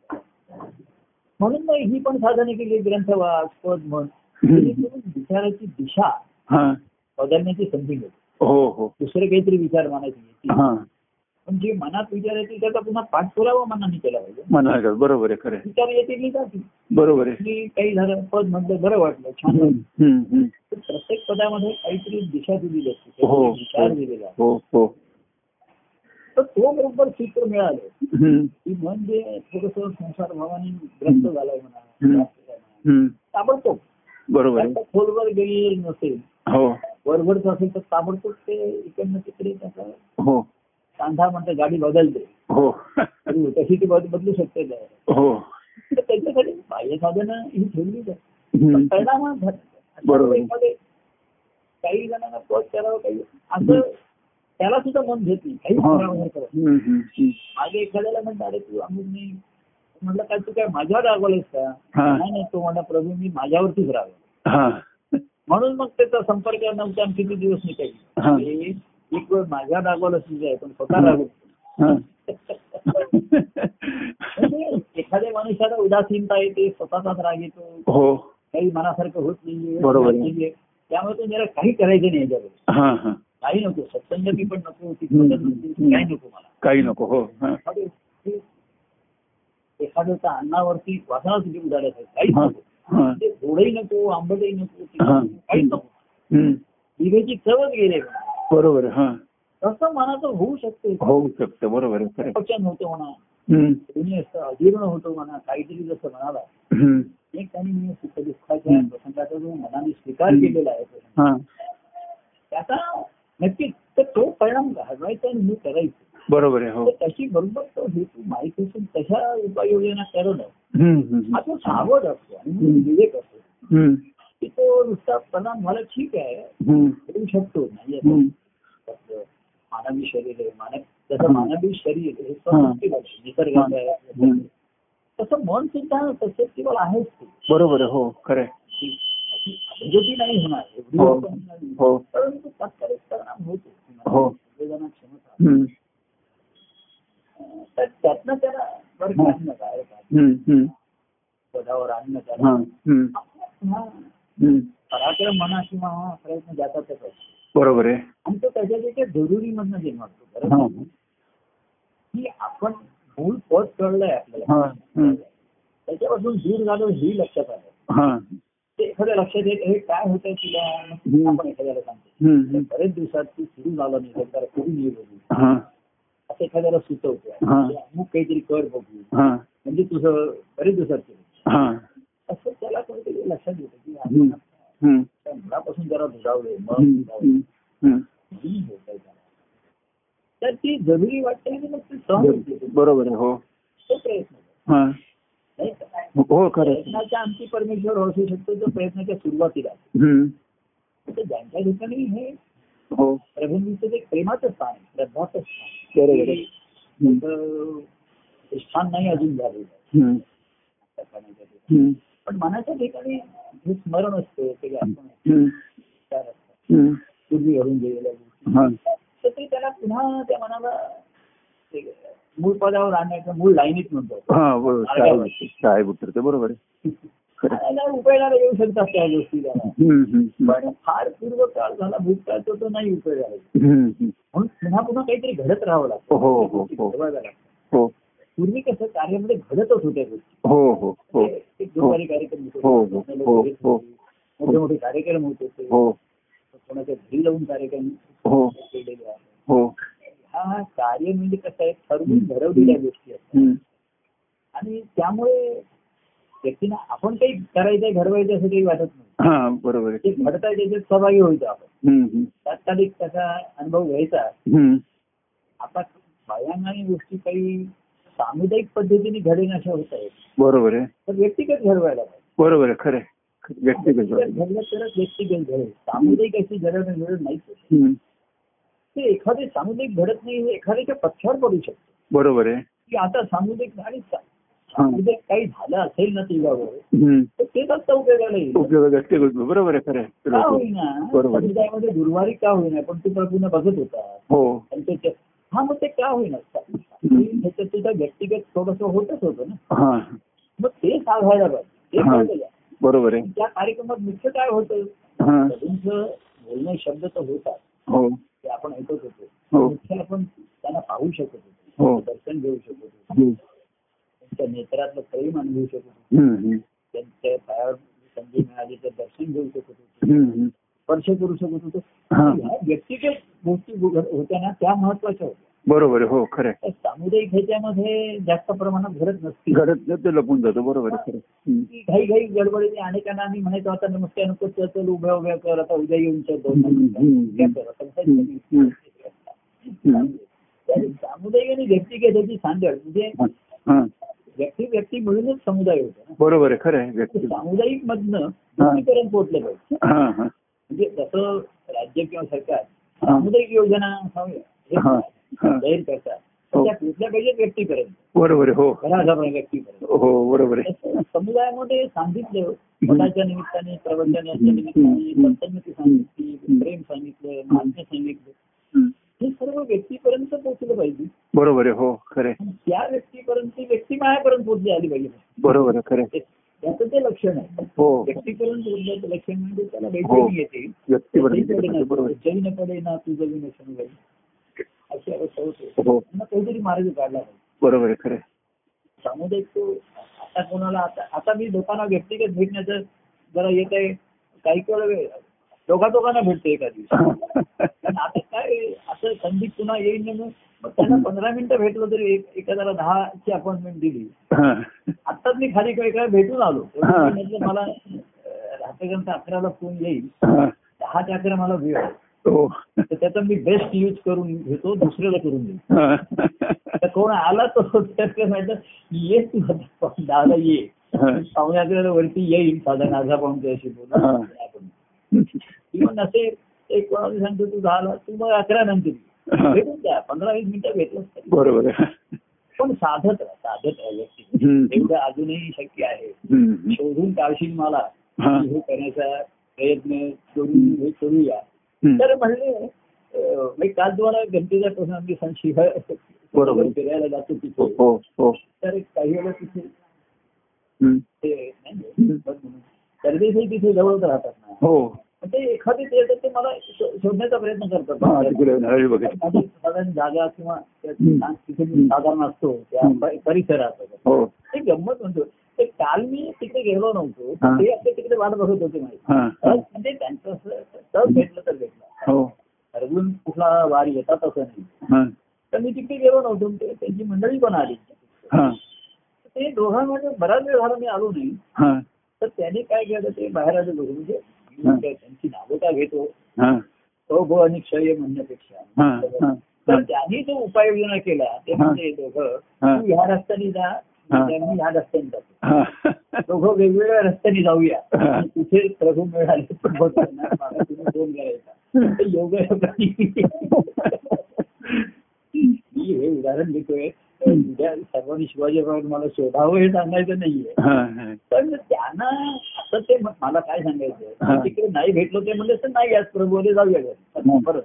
S2: म्हणून मग ही पण साधने केली ग्रंथवास पद म्हण
S1: हम्म.
S2: जेणेकरून विचाराची दिशा
S1: हा
S2: बदलण्याची संधी मिळते
S1: हो हो
S2: दुसरे काहीतरी विचार मनात येतील
S1: हा
S2: पण जे मनात विचार येतील त्याचा पुन्हा पाठपुरावा मनाने केला पाहिजे
S1: म्हणा का बरोबर आहे खरं आहे.
S2: विचार येतील की जातील
S1: बरोबर आहे
S2: मी काही झालं पद म्हटलं बरं वाटलं छान
S1: हम्म.
S2: वाटलं
S1: हम्म. हम्म.
S2: तर प्रत्येक पदामध्ये काहीतरी दिशा दिलेली असते
S1: हो.
S2: काहीतरी विचार दिलेला असतो.
S1: हो हो
S2: तर तो बरोबर सूत्र मिळालं
S1: हम्म.
S2: की मन जे थोडस संसार भावाने ग्रस्त झालाय म्हणा
S1: हम्म.
S2: ग्रस्त झालाय म्हणा.
S1: हम्म.
S2: ताबडतोब
S1: बरोबर
S2: त्याचा
S1: आहे
S2: खोलवर गेलेलं नसेल
S1: हो
S2: वरवरच असेल तर ताबडतोब ते इकडनं तिकडे त्याचा
S1: हो
S2: कांधा म्हणतात गाडी बदलते
S1: हो
S2: आणि तशी ती बद- बदलू शकते काय.
S1: हो
S2: तर त्याच्यासाठी बाह्य साधनं ही ठेवलीच आहे
S1: हम्म.
S2: परिणाम झाले
S1: बरोबर.
S2: मध्ये काही जणांना पद करावं काही असं त्याला सुद्धा मन घेत नाही काही
S1: हा.
S2: करावं करत नाही.
S1: हम्म. हम्म. हम्म.
S2: मागे एखाद्याला म्हणतात अरे तू अमुक नाही म्हटलं काय तू काय माझ्यावर रागवलेस का
S1: हा.
S2: नाही नाही तो म्हणला प्रभू मी माझ्यावरतीच राग
S1: हा
S2: म्हणून मग त्याचा संपर्क नव्हता आम्ही किती दिवस
S1: हा.
S2: निघाली एक वेळ माझ्या रागवलं तुझं आहे पण स्वतः
S1: हा.
S2: रागवत
S1: हा.
S2: म्हणजे एखाद्या मनुष्याला उदासीनता येते स्वतःचाच राग येतो
S1: हो
S2: काही मनासारखं होत नाहीये
S1: बरोबर आहे.
S2: होत नाहीये. त्यामुळे तो जरा काही करायचं नाही याच्यावर
S1: हा हा
S2: काही नको सत्संगती पण नको ती
S1: हम्म.
S2: पद्धत नव्हती, काही नको मला
S1: काही नको हो हा.
S2: अरे, ते एखाद्याच्या अन्नावरती वासनाच उडी उडाल्याचं आहे. काहीच
S1: हा.
S2: नको
S1: हा.
S2: ते गोडही नको आंबटही नको तिखट
S1: हा.
S2: नको, काहीच नको
S1: हम्म.
S2: दिव्याची चवच गेले
S1: बरोबर आहे. हा
S2: तसं मनाचं होऊ शकते
S1: होऊ शकतं बरोबर आहे खरं आहे.
S2: अपचन होतं म्हणा
S1: हम्म.
S2: दोन्ही असतं अजीर्ण होतो म्हणा काहीतरी जसं म्हणाला
S1: हम्म.
S2: एक आणि मी सुख दुःखाच्या
S1: हम्म.
S2: प्रसंगाचा जो मनाने स्वीकार
S1: हम्म.
S2: केलेला आहे प्रसंग,
S1: हा
S2: त्याचा नक्कीच तर तो परिणाम घालवायचा आणि हे करायचं
S1: बरोबर आहे हो
S2: तर त्याची बरोबर तो हेतू माहिती असून तशा उपाययोजना करणं
S1: हम्म. हम्म.
S2: हा तो सावध असतो आणि
S1: हम्म.
S2: विवेक असतो
S1: हम्म.
S2: की तो नुसता परिणाम झाला ठीक आहे
S1: हम्म.
S2: करू शकतो म्हणजे असं
S1: हम्म.
S2: कसं मानवी शरीर आहे मानव जसं मानवी शरीर हे ससेप्टिबल आहे निसर्गाचं आहे
S1: हम्म.
S2: तसं मन सुद्धा ससेप्टिबल आहेच ते
S1: बरोबर आहे हो खरं आहे.
S2: अभिवृद्धी नाही होणार एवढी
S1: हो.
S2: आपण नाही.
S1: हो
S2: परंतु तत्कालीन परिणाम होतो
S1: हो.
S2: संवेदना क्षमता
S1: हम्म.
S2: तर त्यातनं त्याला वर्ग
S1: हो.
S2: आणणं काय
S1: हम्म. हम्म.
S2: पदावर आणणं
S1: हा.
S2: त्याला
S1: हम्म.
S2: हा
S1: हम्म.
S2: पराक्रम म्हणा किंवा हा प्रयत्न जातात ते पाहिजे
S1: बरोबर आहे
S2: आणि तो त्याच्या त्याच्या जरुरीमधनं जे म्हणतो
S1: हा.
S2: बरोबर की आपण मूळ पद कळलंय
S1: हा.
S2: आपल्याला
S1: हो. हम्म.
S2: त्याच्यापासून दूर झालो हे लक्षात आलं
S1: हा.
S2: ते एखाद्या लक्षात येत हे काय होतंय तुला
S1: हम्म.
S2: आपण एखाद्याला सांगतो
S1: हम्म.
S2: तर
S1: हम्म.
S2: बरेच दिवसात तू सुरू झाला नाही सरकार सुरू नाही बघू
S1: हा.
S2: असं एखाद्याला सुचवतो
S1: हा.
S2: अमुक काहीतरी कर बघू
S1: हा.
S2: म्हणजे तुझं बरेच दिवसात केलं
S1: हा.
S2: असं त्याला कोणीतरी लक्षात येतं की आपण
S1: हम्म. हम्म.
S2: आपल्या मुलापासून जरा दुरावलोय मन
S1: हम्म.
S2: दुरावलंय,
S1: हम्म. हम्म.
S2: म्हणून होतंय त्याला. तर ती जरुरी वाटते आणि मग ती सहन होते.
S1: बरोबर आहे हो
S2: तो प्रयत्न
S1: हा.
S2: नाही का?
S1: हो खरं आहे.
S2: प्रयत्नाच्या आमची परमेश्वर असू शकतो जो प्रयत्नाच्या सुरुवातीला असतो.
S1: हम्म.
S2: तर ज्यांच्या ठिकाणी हे
S1: हो
S2: प्रभूंचं ते प्रेमाचं स्थान आहे, श्रद्धाचं स्थान
S1: बरोबर आहे. हम्म.
S2: तर ते स्थान नाही अजून झालेलं
S1: हम्म.
S2: त्या प्राण्याच्या ठिकाणी.
S1: हम्म.
S2: पण मनाच्या ठिकाणी हे स्मरण असतं ते आपण
S1: हम्म.
S2: विचार असतात
S1: हम्म.
S2: पूर्वी घडून गेलेल्या गोष्टी
S1: हा.
S2: तर ते त्याला पुन्हा त्या मनाला ते मूळ पदावर आणण्याचं मूळ लाईनीत म्हणतो
S1: हा बरोबर साहेब साहेब उतरते बरोबर आहे खरं आहे.
S2: त्याला उपयोगाला येऊ शकतात त्या गोष्टी त्याला
S1: हम्म. हम्म. हम्म.
S2: पण फार पूर्वकाळ झाला भूतकाळ तो तो नाही उपयोगाला येत.
S1: हम्म. हम्म.
S2: म्हणून पुन्हा पुन्हा काहीतरी घडत राहावं लागतं
S1: हो हो हो हो
S2: घडवायला लागतं.
S1: हो
S2: पूर्वी कसं कार्यामध्ये घडतच होत्या गोष्टी
S1: हो हो हो
S2: ते- ते दुपारी म्हणजे कार्यक्रम होते.
S1: हो, हो, हो, हो.
S2: मोठे मोठे कार्यक्रम होते ते.
S1: हो
S2: कोणाच्या घरी लावून कार्यक्रम
S1: हो
S2: केलेले आहेत
S1: हो
S2: हा कार्य म्हणजे कसं आहे ठरवून घडवलेल्या गोष्टी आहेत
S1: हम्म.
S2: आणि त्यामुळे व्यक्तींना आपण काही करायचंय घडवायचं असं काही वाटत नाही
S1: हा बरोबर आहे
S2: जे घडताय त्याच्यात सहभागी व्हायचो आपण
S1: हम्म, हम्म.
S2: तात्कालिक त्याचा अनुभव घ्यायचा
S1: हम्म.
S2: आता बायांनी गोष्टी काही सामुदायिक पद्धतीने घडेन अशा होत आहेत
S1: बरोबर आहे
S2: तर व्यक्तिगत घडवायला पाहिजे
S1: बरोबर आहे खरं आहे व्यक्तिगत
S2: व्यक्तिगत घडलं तरच व्यक्तिगत घडेल सामुदायिक अशी घडवणं घडत नाही
S1: हम्म.
S2: ते एखादे सामुदायिक घडत नाही हे एखाद्याच्या पक्षावर पडू शकतो
S1: बरोबर आहे
S2: की आता सामुदायिक आणि सा- सामुदायिक काही झालं असेल ना तुझ्यावर
S1: हम्म.
S2: तर ते फक्त उपयोगाला येईल
S1: उपयोग व्यक्तिगत बरोबर आहे खरं आहे
S2: का
S1: बरोबर.
S2: होईना
S1: बरोबर.
S2: समुदायामध्ये गुरुवारी का होईना पण तू प्रभूंना बघत होता
S1: हो
S2: आणि त्याच्या हा मग ते का होईना त्याच्यात तुझा व्यक्तिगत थोडस होतच होतं ना
S1: हा
S2: मग ते साधायला पाहिजे ते
S1: हा.
S2: कळलं.
S1: बरोबर आहे
S2: त्या कार्यक्रमात मुख्य काय होतं
S1: हा
S2: प्रभूंचं बोलणे शब्द तर होतात
S1: हो
S2: ते आपण ऐकत होतो
S1: हो
S2: मुख्य आपण त्यांना पाहू शकत होतो
S1: हो
S2: दर्शन घेऊ शकत होतो
S1: हम्म.
S2: त्यांच्या नेत्रातलं प्रेम अनुभवू शकत होतो
S1: हम्म, हम्म.
S2: त्यांच्या पायावर संधी मिळाली तर दर्शन घेऊ शकत होतो
S1: हम्म, हम्म.
S2: स्पर्श करू शकत होतो
S1: हा
S2: ह्या व्यक्तिगत गोष्टी घड- होत्या ना त्या महत्वाच्या होत्या
S1: बरोबर आहे हो खरं आहे
S2: तर सामुदायिक ह्याच्यामध्ये जास्त प्रमाणात घडत नसतील
S1: घडत नाही, ते लपून जातो बरोबर आहे खरं आहे. हम्म.
S2: की घाई घाई गडबडीने अनेकांना आम्ही म्हणायचो आता नमस्कार नको चल चल उभ्या उभ्या कर आता उद्या येऊन चल दोन
S1: हम्म, हम्म,
S2: मिनिटं,
S1: हम्म.
S2: कर, आता उद्या येऊन चल. तर सामुदायिक आणि व्यक्तिगत याची सांगड म्हणजे
S1: हा, हा.
S2: व्यक्ती व्यक्ती मिळूनच समुदाय होतो ना
S1: बरोबर आहे खरं आहे
S2: तर
S1: व्यक्ती
S2: सामुदायिक मधनं व्यक्तीपर्यंत पोहोचलं पाहिजे
S1: हा हा
S2: म्हणजे जसं राज्य किंवा सरकार
S1: हा.
S2: सामुदायिक योजना सम- हे
S1: हा, हा.
S2: जाहीर करतात तर
S1: हो.
S2: त्या पोहोचल्या पाहिजेत व्यक्तीपर्यंत
S1: बरोबर आहे हो
S2: घराघरा व्यक्तीपर्यंत
S1: हो बरोबर आहे
S2: तसं समुदायामध्ये सांगितलं मताच्या निमित्ताने प्रवचनाच्या निमित्ताने संतनमती सांगितली प्रेम सांगितलं मान्य सांगितलं
S1: हम्म.
S2: हे सर्व व्यक्तीपर्यंत पोहोचलं पाहिजे
S1: बरोबर आहे हो खरं आहे
S2: आणि त्या व्यक्तीपर्यंत ती व्यक्ती मायापर्यंत पोहोचली आली पाहिजे
S1: बरोबर आहे खरं आहे
S2: त्याचं ते लक्षण आहे
S1: हो
S2: व्यक्तीपर्यंत पोहोचल्याचं लक्षण म्हणजे त्याला
S1: हो.
S2: वेगवेगळी येते
S1: व्यक्तीपर्यंत बरोबर आहे.
S2: जैन पडे ना तुझं विन समजाई अशी अवस्था होते
S1: हो
S2: त्यांना काहीतरी मार्ग काढला पाहिजे
S1: बरोबर आहे खरं आहे.
S2: सामुदायिक तो आता कोणाला आता आता मी लोकांना व्यक्तिगत भेटण्याचं जरा येत आहे काही काही वेळ दोघा दोघांना भेटतो एका दिवशी पण आता काय असं संधी पुन्हा येईल नाही म्हणून मग त्यांना पंधरा मिनिटं भेटलो तरी एक- एखाद्याला दहाची अपॉइंटमेंट दिली
S1: हा.
S2: आत्ताच मी खाली काही काय भेटून आलो
S1: हा.
S2: म्हटलं मला अं, रात्रीपर्यंत अकराला फोन येईल
S1: हा.
S2: दहाच्या अकरा मला वेळ आहे.
S1: हो
S2: तर त्याचा मी बेस्ट यूज करून घेतो दुसऱ्याला करून देतो
S1: हा.
S2: तर कोण आला तो त्याचं माहिती ये तू आता, दहाला ये
S1: हा.
S2: पाहुणे आपल्याला वरती येईल साधारण अर्धा पाऊण त्याशी
S1: हा.
S2: बोलून आपण किंवा नसेल एक कोणाला सांगतो तू झाला तू मग अकरा नंतर
S1: हा.
S2: भेटून द्या पंधरा वीस मिनिटं भेटलंच तरी.
S1: बरोबर आहे
S2: पण साधत राहा साधत राहा व्यक्ती
S1: हम्म.
S2: एवढं अजूनही शक्य आहे
S1: हम्म.
S2: शोधून काढशील मला
S1: हा.
S2: की हे करण्याचा प्रयत्न करून हे करूया
S1: हम्म.
S2: तर म्हणले अं, मी काल तुम्हाला गणपतीचा प्रसंग मी सांग शिवाय
S1: बरोबर.
S2: फिरायला जातो
S1: हो
S2: तिथे
S1: हो हो
S2: तर काही वेळा तिथे
S1: हम्म.
S2: ते नाही का, परदेशी तिथे जवळच राहतात ना
S1: हो
S2: मग ते एखादी ते येतात ते मला तो शो- शोधण्याचा प्रयत्न करतात
S1: हा तिकडे हळवी बघत
S2: एखादी साधारण जागा किंवा त्या
S1: हाँ, हम्म.
S2: स्थान तिथे मी साधारण असतो त्या
S1: हम्म.
S2: परि- परिसरात वगैरे.
S1: हो
S2: ते गंमत म्हणतो ते काल मी तिकडे गेलो नव्हतो
S1: हा.
S2: ते आपले तिकडे वाट बघत होते माहिती
S1: हा हा.
S2: सहज म्हणजे त्यांचं असं सहज भेटलं तर भेटलं
S1: हो
S2: हरवून कुठला वार येतात असं नाही
S1: हा
S2: तर मी तिकडे गेलो नव्हतो ते- त्यांची मंडळी पण आली
S1: हा
S2: ते दोघांमध्ये बराच वेळ झाला मी आलो नाही
S1: हा
S2: तर त्याने काय केलं ते बाहेर आले लोक म्हणजे
S1: हा.
S2: त्यांची नावं का घेतो
S1: हा
S2: तो भो आणि क्षय
S1: हा
S2: म्हणण्यापेक्षा
S1: हा
S2: तर त्यांनी जो उपाययोजना केला ते
S1: हा.
S2: म्हणजे दोघं
S1: हा.
S2: तू ह्या रस्त्याने जा
S1: हा.
S2: त्यांनी ह्या रस्त्याने जातो
S1: हा
S2: दोघं वेगवेगळ्या रस्त्याने जाऊया
S1: हा.
S2: आणि तिथे प्रभू मिळाले तर बघ त्यांना मागं तुम्ही दोन
S1: हा.
S2: घ्यायचा योग मी हे उदाहरण देतोय तर उद्या सर्वांनी शिवाजी महाराज मला शोधावं हे सांगायचं नाहीये
S1: हा हा.
S2: पण त्यांना असं ते म- मला काय
S1: हा.
S2: सांगायचं तिकडे नाही भेटलो ते म्हणजे तर नाही आज प्रभूले जाऊया घरी.
S1: हं.
S2: पण परत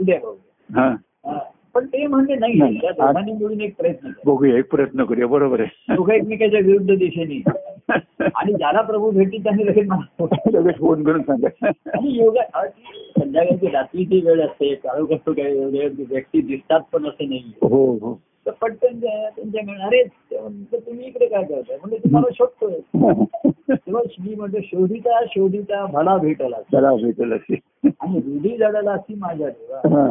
S2: उद्या जाऊया
S1: हा
S2: हा. पण ते म्हणजे
S1: नाही.
S2: नाही त्या दोघांनी मिळून एक प्रयत्न केला.
S1: बघूया एक प्रयत्न करूया बरोबर आहे
S2: दोघं एकमेकाच्या विरुद्ध दिशेने आणि ज्याला प्रभू भेटतील त्याने लगेच मला
S1: लगेच फोन करून सांगा
S2: आणि योगा अ- संध्याकाळची रात्रीची वेळ असते काळोख असतो काही वेळ व्यक्ती दिसतात पण असं नाही
S1: हो हो
S2: तर पटकन त्या- त्यांच्याकडे अरे ते म्हणतात, तुम्ही इकडे काय करताय म्हणजे तुम्हाला शोधतोय तेव्हा मी म्हणतो शोधिता शोधिता भला भेटला
S1: चला भेटेल अशी
S2: आणि रुढी झाडाला अशी माझ्या देवा
S1: हा.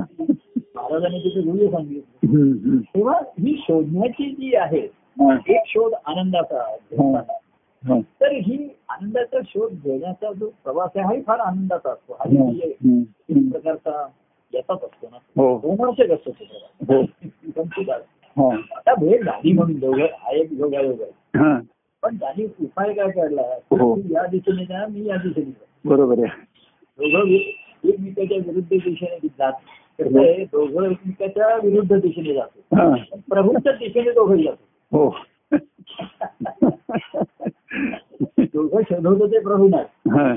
S2: महाराजांनी तिथे रुढी सांगितली
S1: हम्म, हम्म.
S2: तेव्हा ही शोधण्याची जी आहे
S1: हा. हो.
S2: एक शोध आनंदाचा
S1: हा. हा.
S2: तर ही आनंदाचा शोध घेण्याचा जो प्रवास आहे हाही फार आनंदाचा असतो हा
S1: हम्म,
S2: म्हणजे
S1: हम्म,
S2: एक
S1: हम्म.
S2: प्रकारचा याचाच असतो ना
S1: हो
S2: रोमांचक असतो तो प्रवास
S1: हो
S2: पण ती गा-
S1: हा.
S2: आता भेट झाली म्हणून दोघं हा एक योगायोग आहे
S1: हा.
S2: पण त्याने उपाय काय काढला
S1: हो.
S2: तू या दिशेने जा मी या दिशेने जा.
S1: बरोबर आहे
S2: दोघं वि- एकमेकाच्या विरुद्ध दिशेने जात तर ते दोघं एकमेकाच्या विरुद्ध दिशेने जातो
S1: हा.
S2: पण प्रभूच्या दिशेने दोघं जातो
S1: हो
S2: दोघं शोधवतो ते प्रभू नाही
S1: हा.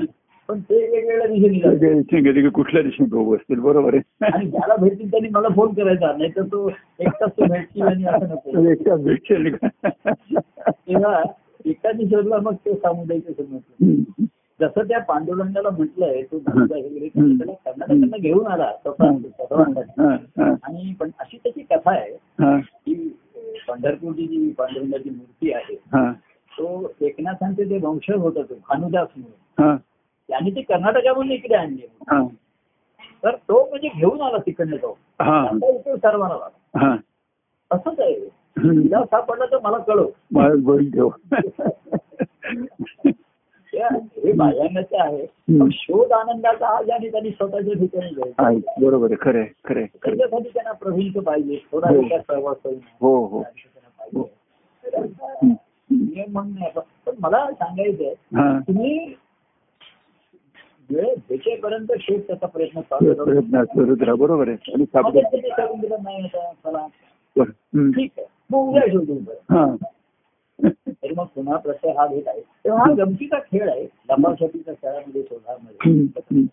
S2: पण ते वेगवेगळ्या दिशेने जातो
S1: सगळे इथे गेले की कुठल्या दिशेने प्रभू असतील बरोबर
S2: आणि
S1: आहे
S2: ज्याला भेटतील त्यांनी मला फोन करायचा नाही तर तो एकटाच तो भेटतील आणि असं नको
S1: एकटा भेटशील
S2: तेव्हा एकाने शोधला मग ते सामुदायिक समजलं
S1: हम्म.
S2: जसं त्या पांडुरंगाला म्हटलंय तो धनुजा वगैरे
S1: हम्म.
S2: त्याला कर्नाटकांना घेऊन आला
S1: हा.
S2: स्वतः
S1: हा. हा.
S2: आणि पण अशी त्याची कथा आहे
S1: हा.
S2: की अं, पंढरपूरची जी पांडुरंगाची मूर्ती आहे
S1: हा.
S2: तो एकनाथांचे जे वंशज होता तो भानुदास म्हणून
S1: हा.
S2: त्याने ती कर्नाटकामधून इकडे आणली
S1: हा.
S2: तर तो म्हणजे घेऊन आला तिकडे तो
S1: हा.
S2: आता इथे सर्वांना आला.
S1: हा.
S2: असंच आहे
S1: हम्म.
S2: तुला सापडला तर मला कळव
S1: मला बोलून ठेव
S2: त्या- हे बाह्यांगाचं आहे पण शोध आनंदाचा हा ज्याने त्यांनी स्वतःच्या ठिकाणी जायचं
S1: आहे बरोबर आहे खरं आहे, खरं आहे, खरं आहे.
S2: त्याच्यासाठी त्यांना प्रवीण पाहिजे थोडा
S1: हो.
S2: एका सहवास पाहिजे.
S1: हो हो हो. हम्म. हम्म.
S2: नियम म्हणून नाही आपण. पण मला सांगायचंय
S1: हा
S2: तुम्ही वेळ भेटेपर्यंत शेत त्याचा प्रयत्न चालू राहू.
S1: प्रयत्न करत राहा बरोबर आहे आणि
S2: मध्ये
S1: सापडेल.
S2: त्यांनी करून दिलं नाही आता चला
S1: बरं. हम्म.
S2: ठीक आहे मग उद्या शोधून बघ.
S1: हा
S2: तर मग पुन्हा प्रत्यय हा भेट आहे तेव्हा हा गमतीचा खेळ आहे लंबाशतीच्या खेळामध्ये
S1: हम्म.
S2: शोधामध्ये
S1: हम्म.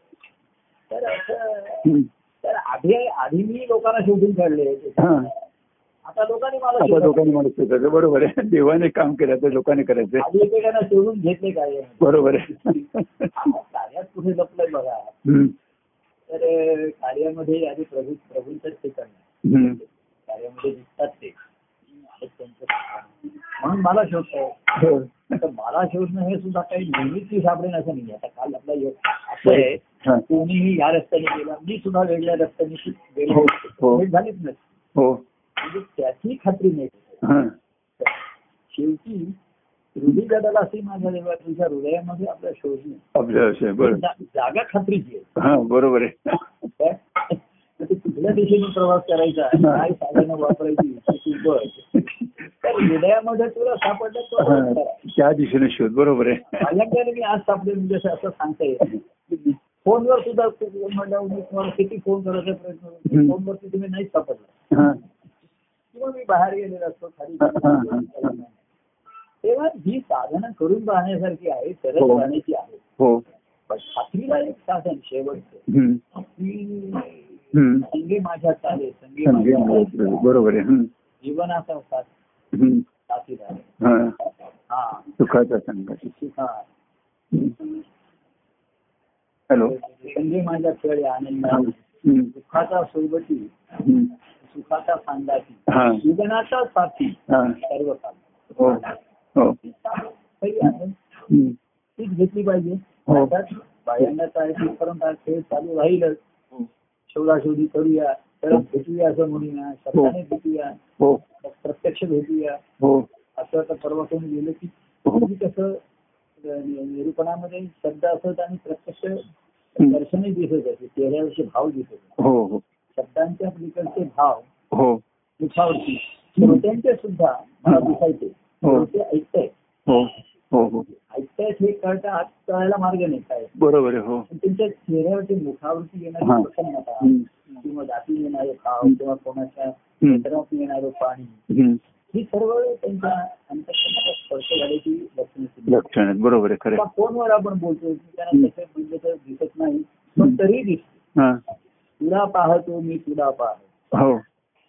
S2: तर असं
S1: हम्म.
S2: तर आधी आधी मी लोकांना शोधून काढले
S1: हा.
S2: आता लोकांनी मला
S1: आता
S2: शोधून-
S1: लोकांनी माणूस करायचं बरोबर आहे देवाने काम केलं तर लोकांनी करायचंय
S2: आधी एकेकांना शोधून घेतले काय
S1: बरोबर आहे
S2: कार्यात कुठे लपलंय बघा
S1: हम्म.
S2: तर अं, कार्यामध्ये आधी प्रभू प्रभूंचंच ठिकाण आहे.
S1: हम्म.
S2: कार्यामध्ये दिसतात ते आहेत त्यांचं ठिकाण. म्हणून मला शोधताय
S1: हो.
S2: तर मला शोधणं हे सुद्धा काही नेहमीच मी सापडेन असं नाही आता काल आपला योग असं आहे
S1: हा.
S2: कोणीही या रस्त्याने गेला मी सुद्धा वेगळ्या रस्त्याने शि-
S1: हो,
S2: गेलो
S1: हो.
S2: भेट झालीच नाही
S1: हो
S2: म्हणजे त्याची खात्री नाही
S1: हा.
S2: शेवटी हृदय गदाला असे माझ्या देवा तुझ्या हृदयामध्ये आपला शोधणे
S1: आपलं असं आहे, बरोबर
S2: जा- जागा खात्रीची आहे
S1: हा बरोबर आहे
S2: काय? तर ते कुठल्या दिशेने प्रवास करायचा काय साधनं वापरायची किती बळ. तर हृदयामध्ये तुला सापडलं तो
S1: हा.
S2: प्रवास करा.
S1: त्या दिशेने शोध बरोबर आहे
S2: माझ्याकडे मी आज सापडेल म्हणजे असं असं सांगता येईल फोनवर सुद्धा तू म्हणल्यावर मी तुम्हाला किती फोन करायचा प्रयत्न करतो.
S1: हम्म.
S2: फोनवरती तुम्ही नाही सापडला
S1: हा.
S2: किंवा मी बाहेर गेलेला असतो खाली
S1: हा, हा, हा.
S2: तेव्हा ही साधनं करून पाहण्यासारखी आहे सरळ
S1: हो.
S2: पाहण्याची आहे
S1: हो
S2: पण खात्रीला एक साधन शेवटचं
S1: हम्म.
S2: की
S1: हम्म.
S2: संगे माझ्या चाले संगे
S1: समजेल मला.
S2: माझ्या
S1: बरोबर आहे हम्म.
S2: जीवनाचा साथ
S1: हम्म.
S2: साथीदार
S1: हा.
S2: हा
S1: सुखाचा संघात
S2: हा
S1: हॅलो
S2: संगे माझ्या खेळ आनंद
S1: हम्म.
S2: दुःखाचा सोबती
S1: हम्म.
S2: सुखाचा सांगाती
S1: हा.
S2: जीवनाचा साथी
S1: हा.
S2: सर्व साथी
S1: हो हो
S2: पहिली आहे,
S1: हम्म.
S2: तीच घेतली पाहिजे
S1: हो.
S2: अर्थात बाह्यांनाच आहे तिथपर्यंत हा खेळ चालू राहीलच शोधाशोधी करूया तर भेटूया असं म्हणूया शब्दाने भेटूया
S1: हो
S2: प्रत्यक्ष भेटूया
S1: हो
S2: असं आता परवा कोणी गेलं की
S1: हो
S2: तुम्ही कसं अं, निरूपणामध्ये शब्द असत आणि प्रत्यक्ष
S1: हम्म.
S2: दर्शनही दिसत असे चेहऱ्यावरचे भाव दिसत होते.
S1: हो हो
S2: शब्दांच्या पलीकडचे भाव
S1: हो
S2: मुखावरती श्रोत्यांचे सुद्धा मला दिसायचे
S1: हो.
S2: श्रोते ऐकतायत
S1: हो हो हो
S2: ऐकतायत हे कळता आज कळायला मार्ग नाही काय
S1: बरोबर आहे हो
S2: पण त्यांच्या चेहऱ्यावरती मुखावरती
S1: हा.
S2: येणारी प्रसन्नता
S1: हम्म.
S2: किंवा दाती येणारे भाव
S1: हम्म.
S2: किंवा कोणाच्या
S1: हम्म.
S2: नेत्रातून येणारं पाणी
S1: हम्म.
S2: ही सर्व त्यांच्या अंतःकरणाला स्पर्श झाल्याची लक्षणं दिसतात.
S1: लक्षण आहेत बरोबर आहे खरं हम्म.
S2: किंवा
S1: आहे.
S2: फोनवर आपण बोलतो त्यांना तसं म्हणजे तर दिसत नाही पण तरी दिसतो
S1: हा.
S2: तुला पाहतो मी तुला पाहतो
S1: हो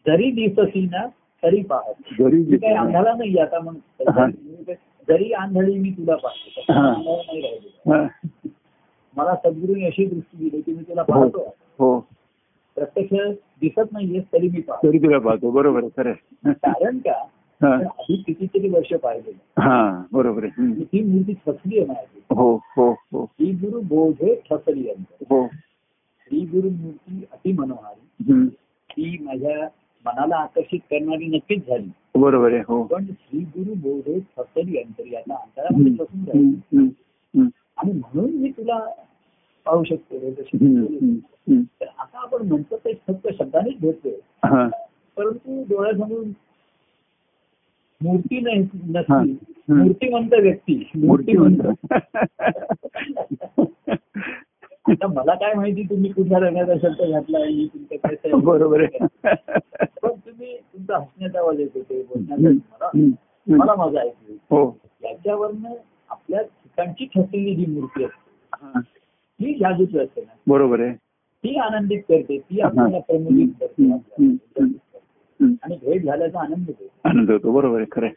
S2: जरी दिसती ना तरी पाहतो
S1: घरी
S2: मी काही
S1: हा.
S2: आंधळा नाही आता मग
S1: हा.
S2: जरी आंधळी मी तुला पाहतो तसं
S1: हा.
S2: आंधळा नाही राहिली मला सद्गुरूंनी अशी दृष्टी दिली की मी तुला
S1: हो
S2: पाहतो
S1: हो
S2: प्रत्यक्ष दिसत नाहीये तरी मी पाहतो
S1: तरी तुला पाहतो बरोबर आहे खरं आहे.
S2: कारण का
S1: हा.
S2: तर आधी कितीतरी वर्ष पाहिले
S1: हा बरोबर आहे हम्म.
S2: आणि ती मूर्ती ठसली आहे माझी
S1: हो हो हो
S2: श्री गुरु बोधे ठसली आहे
S1: हो
S2: श्री गुरु मूर्ती अतिमनोहारी
S1: हम्म.
S2: ती माझ्या मनाला आकर्षित करणारी नक्कीच झाली
S1: बरोबर आहे हो
S2: पण श्री गुरु बोधे फसली अंतरी आता अंतरामध्ये
S1: हम्म,
S2: बसून राहील.
S1: हम्म, हम्म, हम्म,
S2: आणि म्हणून मी तुला पाहू शकतो हे जशी
S1: हम्म,
S2: बोलली.
S1: हम्म, हम्म.
S2: तर आता आपण म्हणतो ते फक्त शब्दानेच भेटतोय
S1: हा,
S2: परंतु डोळ्यासमोर मूर्ती नाही
S1: हा,
S2: नसली
S1: हा.
S2: मूर्तिवंत व्यक्ती
S1: मूर्तिवंत
S2: आता मला काय माहिती तुम्ही कुठल्या रंगाचा शब्द घातला आहे तुमचं काय ते-
S1: बरोबर आहे
S2: पण तुम्ही तुमचा हसण्याचा आवाज येत होते बोलण्याचा
S1: हम्म,
S2: मला-
S1: हम्म, हम्म.
S2: मला मजा ऐकली
S1: हो
S2: याच्यावरनं आपल्या ठिकाणची ठसलेली जी मूर्ती असते
S1: हा,
S2: ती जागृती असते ना
S1: बरोबर आहे
S2: ती आनंदित करते ती आपल्याला प्रमोदित करते
S1: हम्म, हम्म, हम्म. हम्म.
S2: आणि भेट झाल्याचा आनंद होतो
S1: आनंद होतो बरोबर आहे खरं आहे.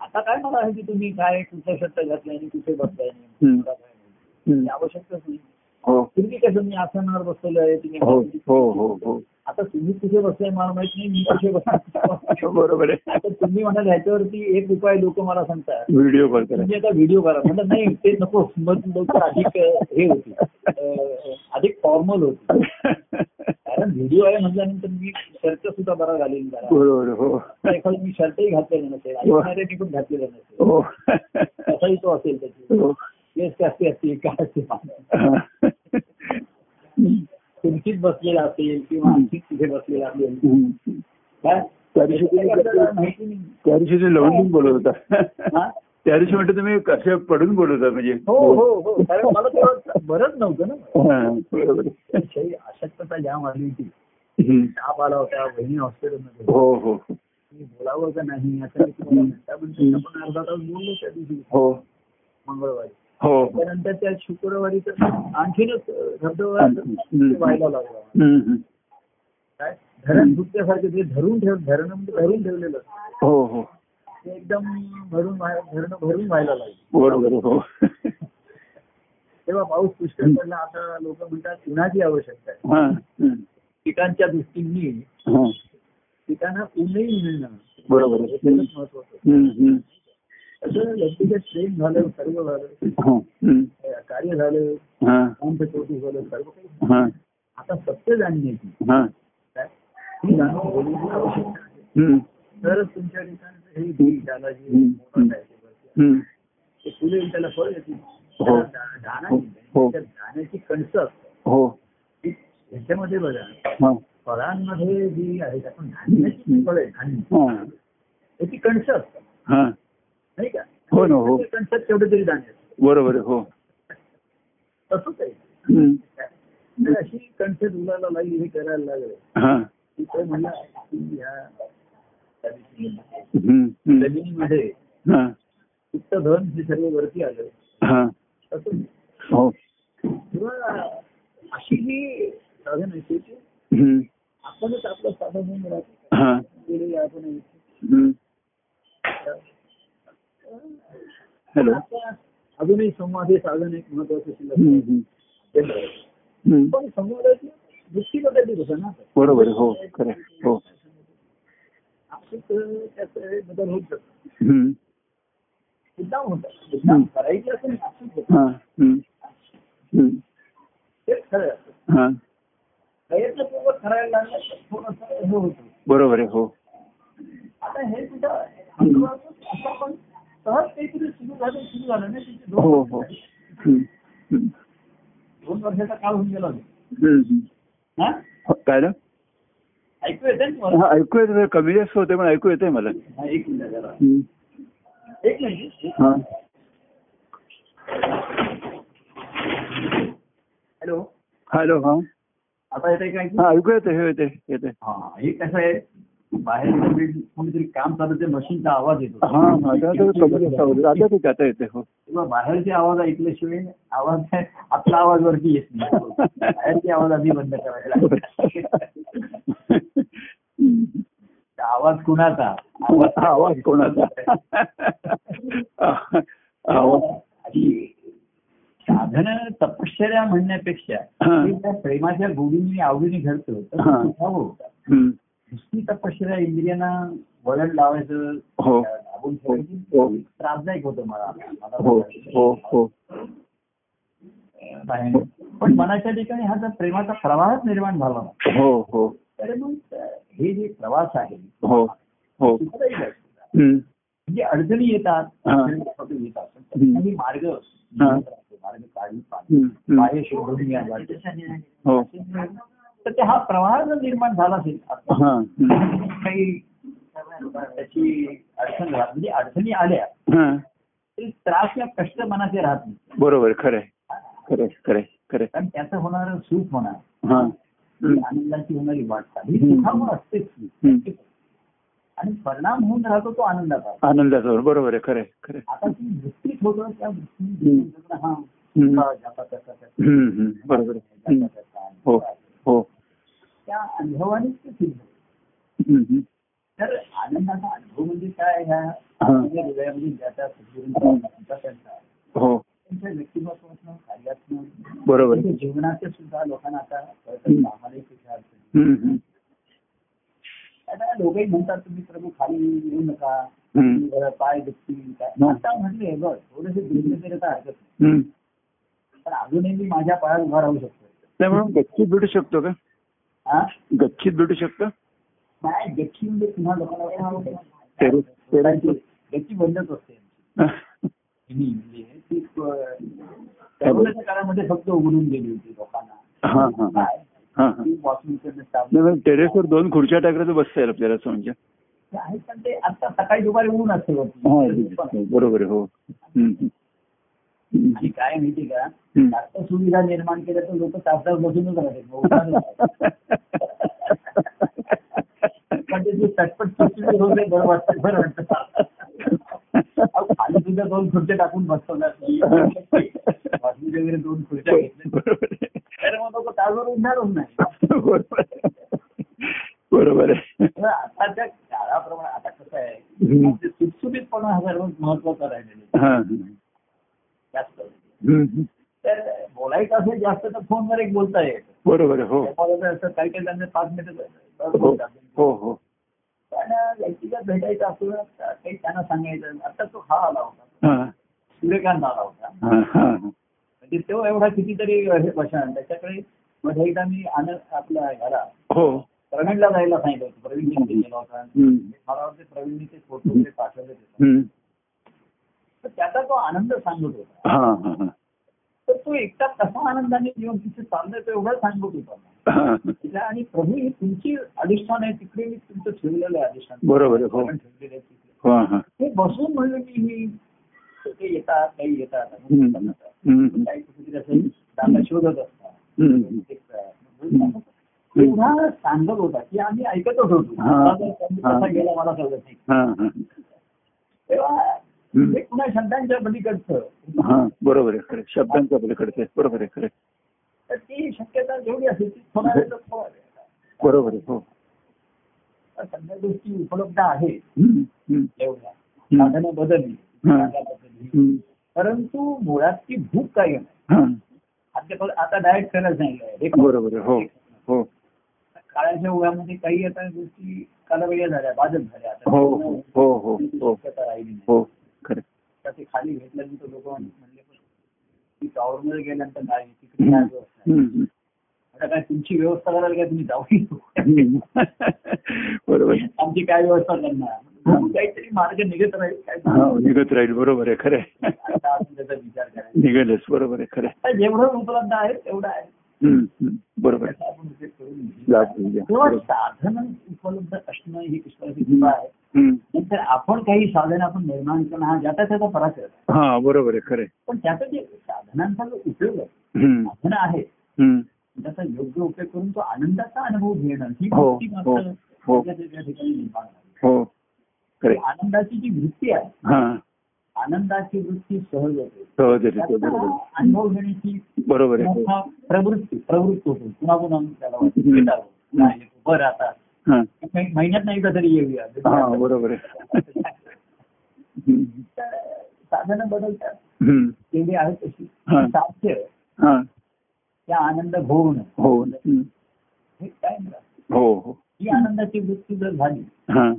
S2: आता काय मला आहे की तुम्ही काय कुठला शब्द घातलाय आणि कुठे बसताय
S1: हम्म.
S2: नाही काय नाही.
S1: हम्म.
S2: ते आवश्यकच नाही
S1: हो
S2: तुम्ही कसं मी आसनावर बसलेलो आहे तुम्ही
S1: हो हो हो हो
S2: आता तुम्ही कुठे बसताय मला माहित नाही मी कुठे बसतो
S1: बरोबर आहे
S2: आता तुम्ही म्हणाल ह्याच्यावरती एक उपाय लोक मला सांगतात
S1: व्हिडिओ कॉल करा
S2: तुम्ही आता व्हिडिओ करा म्हणतात नाही ते नको मग लवकर अधिक अ, हे होती अ, अधिक फॉर्मल होती कारण व्हिडिओ आहे म्हटल्यानंतर मी शर्ट सुद्धा बरा घालेन जरा
S1: बरोबर हो
S2: एखादं मी शर्टही घातलेलं नसेल ऐकणाऱ्या टिकून घातलेलं नसेल
S1: हो
S2: कसाही तो असेल त्याची
S1: हो
S2: केस कसे असतील काय असतील खुर्चीत बसलेला असेल किंवा आणखी तिथे बसलेला असेल काय
S1: त्या दिवशी तुम्ही
S2: आपल्याला माहिती नाही
S1: त्या दिवशी तुम्ही लवंडून बोलत होता
S2: हा?
S1: त्या दिवशी म्हटलं तुम्ही कसे पडून बोलत होता म्हणजे
S2: हो हो हो कारण मला तेव्हा बरंच नव्हतं ना
S1: हा, बरोबर आहे.
S2: त्याच्याही अशक्तता जाम आली होती
S1: हम्म.
S2: ताप आला होता बहिणी हॉस्पिटलमध्ये
S1: हो हो
S2: मी बोलावं का नाही असं मी तुम्हाला म्हणता पण ते आपण अर्धा तास बोललो त्या दिवशी
S1: हो
S2: मंगळवारी
S1: हो
S2: त्यानंतर त्या शुक्रवारी तर आणखीनच धबधबा
S1: आणखी.
S2: व्हायला लागला
S1: हम्म, हम्म.
S2: काय धरण दुखल्यासारखे ते धरून ठेव धरण म्हणजे धरून ठेवलेलं असतं.
S1: हो हो
S2: ते एकदम भरून व्हाय- धरणं भरून व्हायला लागली
S1: बरोबर आहे, हो
S2: तेव्हा पाऊस पुष्कळ पडला आता लोक म्हणतात उन्हाची आवश्यकता आहे
S1: हा, हम्म.
S2: पिकांच्या दृष्टीने
S1: हा.
S2: पिकांना ऊनही मिळणं
S1: बरोबर आहे.
S2: हे खूपच महत्वाचं
S1: हम्म, हम्म.
S2: तसं व्यक्तिगत प्रेम झालं सर्व झालं
S1: हा, हम्म.
S2: कार्य झालं
S1: हा,
S2: कामाचं कौतुक झालं सर्व काही
S1: हा,
S2: आता सत्य जाणण्याची
S1: हा.
S2: काय ही जाणून घेण्याची आवश्यकता आहे
S1: हम्म,
S2: तरच तुमच्या ठिकाणचं हे बीज त्याला जे मोठं आहे ते वरती
S1: हम्म.
S2: ते फुलेल त्याला फळ येतील
S1: हो.
S2: त्याला धा- धाना
S1: हो.
S2: येईल.
S1: हो.
S2: त्या धान्याची कणसं असतात
S1: हो
S2: ती ह्याच्यामध्ये बघा
S1: हा,
S2: फळांमध्ये जी आहेत आपण धान्याची जी फळं आहेत धान्य
S1: हा,
S2: त्याची कणसं असतात
S1: हा.
S2: नाही का
S1: हो ना, हो.
S2: त्या कणसात तेवढे तरी धान्य असतात
S1: बरोबर आहे, हो
S2: तसंच आहे
S1: हम्म.
S2: काय? तर अशी कणसं उलायला लागली हे करायला लागले
S1: हा,
S2: की तो म्हणला की या त्या दिवशी
S1: हम्म, हम्म.
S2: जमिनीमध्ये
S1: हा,
S2: सुप्त धन हे सर्व वरती आलं
S1: हा.
S2: तसं
S1: हो
S2: किंवा अशी जी साधन आहे की
S1: हम्म.
S2: आपणच आपलं साधन म्हणून राहतो
S1: हा,
S2: गेलेले आपण आहे.
S1: हम्म. हॅलो
S2: आता अजूनही संवाद हे साधन एक महत्वाचं
S1: हम्म,
S2: शिल्लक
S1: हम्म.
S2: आहे.
S1: हम्म.
S2: पण संवादाची दृष्टी बदलली कसं ना
S1: बरोबर आहे, हो खरं आहे, हो
S2: आपण तर त्याचं हे बदल होत जातो
S1: हम्म.
S2: मुद्दाम होतात मुद्दाम करायची असं नाही, आपण होतो.
S1: हा, हम्म. हम्म.
S2: तेच खरं असतं
S1: हा.
S2: प्रयत्नपूर्वक करायला लागलं तर थोडंसं हे होतं
S1: बरोबर आहे हो
S2: आता हे सुद्धा हळूहळू असं आपण सहज काहीतरी सुरू झालं सुरू झालं ना तिथे दोन
S1: हो हो
S2: वर्ष झाली.
S1: हम्म. हम्म.
S2: दोन वर्षाचा काळ होऊन गेला होता.
S1: हम्म, हम्म.
S2: हा?
S1: काय ना
S2: ऐकू येते
S1: हा, ऐकू येत कमी जास्त होते पण ऐकू येते मला
S2: एक मिनिट जरा
S1: हम्म.
S2: एक मिनिट
S1: हा.
S2: हॅलो
S1: हॅलो हा
S2: आता येते काय
S1: हा ऐकू येते हे येते येते
S2: हा हे कसं आहे बाहेर जर कोणीतरी काम चालू ते मशीनचा आवाज येतो
S1: हा माझा तर कमी जास्त होते आता ठीक आता येते हो
S2: किंवा बाहेरचे आवाज ऐकल्याशिवाय आवाज आपला आवाज वरती येत नाही बाहेरचे आवाज आधी बंद करायला लागतात. आवाज कुणाचा
S1: आवाज- आवाज कोणाचा आवाज
S2: आणि साधन तपश्चर्या म्हणण्यापेक्षा
S1: हा.
S2: ते त्या प्रेमाच्या गोडीने आवडीने घडतं तर
S1: हा.
S2: ते सुखावं.
S1: हम्म.
S2: नुसती तपश्चर्या इंद्रियांना वळण लावायचं
S1: हो
S2: दाबून ठेवायची,
S1: हो.
S2: त्रासदायक होतं मला मला
S1: हो हो हो
S2: बाहेर. पण मनाच्या ठिकाणी हा जर प्रेमाचा प्रवाहच निर्माण झाला ना,
S1: हो हो
S2: तर मग हे जे प्रवास आहे
S1: हो हो
S2: सुखदायी आहे.
S1: हम्म.
S2: म्हणजे अडचणी येतात
S1: हा.
S2: अडचणी आपल्या येतात पण त्याच्यासाठी मार्ग मार्ग काढून पाहिजे.
S1: हम्म. हम्म.
S2: बाह्य शोधून घ्या वाटेल.
S1: हो
S2: तर ते हा प्रवाह जर निर्माण झाला असेल आता
S1: हा हम्म.
S2: काही त्याची अडचण राहत म्हणजे अडचणी आल्या
S1: हा
S2: तरी त्रास किंवा कष्ट मनाचे राहत नाही
S1: बरोबर खरंय खरंय खरंय खरंय
S2: कारण त्याचं होणारं सुख होणार
S1: हा
S2: ही
S1: हम्म.
S2: आनंदाची होणारी वाटचाल ही
S1: हम्म.
S2: सुखामुळे असतेच
S1: हम्म.
S2: ती. आणि परिणाम होऊन राहतो तो आनंदाचा
S1: आनंदाचा बरोबर आहे खरंय खरंय
S2: आता ती वृत्तीच होतं त्या वृत्ती
S1: हम्म.
S2: हा
S1: हम्म.
S2: हा, जाता जाता जाता,
S1: हम्म. हम्म. बरोबर आहे. हम्म.
S2: जाता
S1: हो
S2: जाता.
S1: हो
S2: त्या अनुभवानेच ते सिद्ध होतं.
S1: हम्म. हम्म.
S2: तर आनंदाचा अनुभव म्हणजे काय ह्या
S1: हा.
S2: आपल्या हृदयामध्ये ज्याचा सद्गुरूंचा त्यांचा त्यांचा
S1: हो
S2: त्यांच्या व्यक्तिमत्वातनं कार्यातनं
S1: बरोबर आहे.
S2: म्हणजे जीवनाचे सुद्धा लोकांना आता कळतं की आम्हालाही कुठे अडचण आहे.
S1: हम्म. हम्म.
S2: आता लोकही म्हणतात तुम्ही प्रभू खाली येऊ नका
S1: हम्म.
S2: तुम्ही पाय दुखतील काय
S1: हं.
S2: आता म्हटले बघ थोडेसे दुखले तरी आता हरकत नाही
S1: हम्म.
S2: पण अजूनही मी माझ्या पायात उभा राहू शकतो
S1: नाही म्हणून गच्चीत भेटू शकतो का
S2: हा
S1: गच्चीत भेटू शकतो
S2: नाही गच्ची म्हणजे पुन्हा लोकांना वाटतं की
S1: तेरे-
S2: काय?
S1: तेरे-
S2: गच्ची बंदच असते
S1: हा.
S2: आमची. म्हणजे ती प- कोरोनाच्या काळामध्ये फक्त उघडून गेली होती लोकांना
S1: हा हा हा
S2: काय?
S1: हा हा
S2: ती वॉशिंग मशीन
S1: नाही
S2: स्टाफ-
S1: मॅडम, टेरेसवर दोन खुर्च्या टाकल्या तर बसता येईल आपल्याला असं म्हणजे
S2: ते आहेत पण ते आता सकाळी दुपारी ऊन असते वरती.
S1: हा, बरोबर आहे हो हम्म, हम्म.
S2: आणि काय माहिती का
S1: हम्म.
S2: जास्त सुविधा निर्माण केल्या तर लोक तास तास बसूनच राहते पण ते जे चटपट सुटसुटीत होते बरं वाटतं बरं वाटतं अहो, खाली सुद्धा दोन खुर्च्या टाकून बसतो ना बाजूला वगैरे दोन खुर्च्या घेतल्या
S1: बरोबर आहे.
S2: तर मग लोक तासभर उठणारच नाही
S1: बरोबर आहे. बरोबर आहे
S2: तर आताच्या काळाप्रमाणे आता कसं आहे
S1: हम्म.
S2: ते सुटसुटीतपणा हा सर्वात महत्वाचा राहिलेला आहे.
S1: हा.
S2: जास्त
S1: हम्म.
S2: तर बोलायचं असेल जास्त तर फोनवर एक बोलता येतं
S1: बरोबर आहे हो
S2: त्यामुळे असं काही काही जण पाच मिनिटं
S1: हो
S2: बोलतात.
S1: हो हो
S2: पण व्यक्तिगत भेटायचं असलं तर काही त्यांना सांगायचं आता तो हा आला होता
S1: हा,
S2: सूर्यकांत आला होता
S1: हा, हा.
S2: म्हणजे तो एवढा कितीतरी हे बसणार त्याच्याकडे मध्ये एकदा मी आनंद आपला ह्याला
S1: हो
S2: प्रवीणला जायला सांगितलं होतं प्रवीण जिंकले गेला होता
S1: हम्म.
S2: मला वाटते प्रवीणने ते फोटो वगैरे पाठवले होते
S1: हम्म.
S2: तर त्याचा तो आनंद सांगत होता
S1: हा, हा, हा.
S2: तर तो एकटा कसा आनंदाने जीवन तिथे चाललंय तो एवढा सांगत होता
S1: हा.
S2: तिला आणि प्रभू ही तुमची अधिष्ठान आहे तिकडे मी तुमचं ठेवलेलं आहे अधिष्ठान
S1: बरोबर आहे, हो.
S2: आपण ठेवलेलं आहे तिकडे.
S1: हा, हा.
S2: ते बसून म्हणलं की मी ते येतात काही येतात
S1: हम्म. हम्म.
S2: काही कुठेतरी असं दादा शोधत असतात
S1: हम्म.
S2: ते म्हणून एवढा सांगत होता की आम्ही ऐकतच होतो
S1: हा.
S2: दादा त्यांनी
S1: हा.
S2: कसा गेला मला कळत नाही
S1: हा, हा.
S2: तेव्हा
S1: हम्म.
S2: ते पुन्हा शब्दांच्या पलीकडचं
S1: हा बरोबर आहे खरं शब्दांचं आपलं कडचं आहे. बरोबर आहे खरं
S2: तर ती शक्यता जेवढी असेल ती थोडा वेळ तर थोडा वेळ.
S1: बरोबर आहे हो
S2: तर सगळ्या गोष्टी उपलब्ध आहेत
S1: हम्म, हम्म,
S2: एवढ्या साधनं बदलली
S1: हा.
S2: जागा बदलली
S1: हम्म.
S2: परंतु मुळात ती भूक काय आहे
S1: हा,
S2: आता आता डायट करायला सांगितलं हे खाऊ.
S1: बरोबर आहे हो हो
S2: काळाच्या ओघामध्ये काही आता गोष्टी कालवेगळ्या झाल्या बाजल झाल्या आता
S1: हो हो हो हो हो
S2: शक्यता राहिली नाही
S1: हो खरं
S2: आता ते खाली घेतल्यानंतर लोक म्हणले पण की टॉवरमध्ये गेल्यानंतर नाही तिकडे काय
S1: हम्म,
S2: व्यवस्था आहे?
S1: हम्म,
S2: आता काय तुमची व्यवस्था करायला काय तुम्ही जाऊ
S1: हम्म. बरोबर
S2: आमची काय व्यवस्था करणार म्हणून काहीतरी मार्ग निघत राहील काय
S1: हा निघत राहील बरोबर आहे खरं आहे.
S2: आता आपण त्याचा विचार करायचा
S1: निघेलच बरोबर आहे खरं आहे.
S2: आता जेवढं उपलब्ध आहे तेवढं आहे
S1: हम्म, हम्म. बरोबर आहे
S2: त्याचा आपण विचार करून घेऊया.
S1: जात नाही.
S2: तेव्हा
S1: बरोबर.
S2: साधन उपलब्ध असणं ही ईश्वराची कृपा आहे
S1: हम्म.
S2: नंतर आपण काही साधन आपण निर्माण करणं हा ज्याचा त्याचा पराक्रम आहे.
S1: हा बरोबर आहे खरं आहे.
S2: पण त्याचा जे साधनांचा जो उपयोग आहे
S1: हम्म,
S2: साधनं आहेत
S1: हम्म.
S2: त्याचा योग्य उपयोग करून तो आनंदाचा अनुभव घेणं ही
S1: हो,
S2: वृत्ती
S1: हो,
S2: मात्र
S1: हो.
S2: आपल्या त्या ठिकाणी निर्माण झाली.
S1: हो खरे
S2: आनंदाची जी वृत्ती आहे
S1: हा
S2: आनंदाची वृत्ती सहज होते
S1: सहज आहे ते,
S2: त्याचा
S1: बरोबर आहे.
S2: अनुभव घेण्याची
S1: बरोबर आहे हो.
S2: मोठा प्रवृत्ती प्रवृत्त होतो पुन्हा पुन्हा त्याला वाटतं,
S1: हम्म.
S2: येता हो. नाही, येतो. बरं आता
S1: हा
S2: मै- महिन्यात नाही का तरी येऊया
S1: हा बरोबर आहे हम्म.
S2: तर साधनं बदलतात
S1: हम्म.
S2: तेवढी आहेत तशी
S1: हा.
S2: साध्य
S1: हा
S2: त्या आनंद भोगणं
S1: हो हम्म.
S2: हे काय नाही.
S1: हो हो
S2: ही आनंदाची वृत्ती जर झाली
S1: हा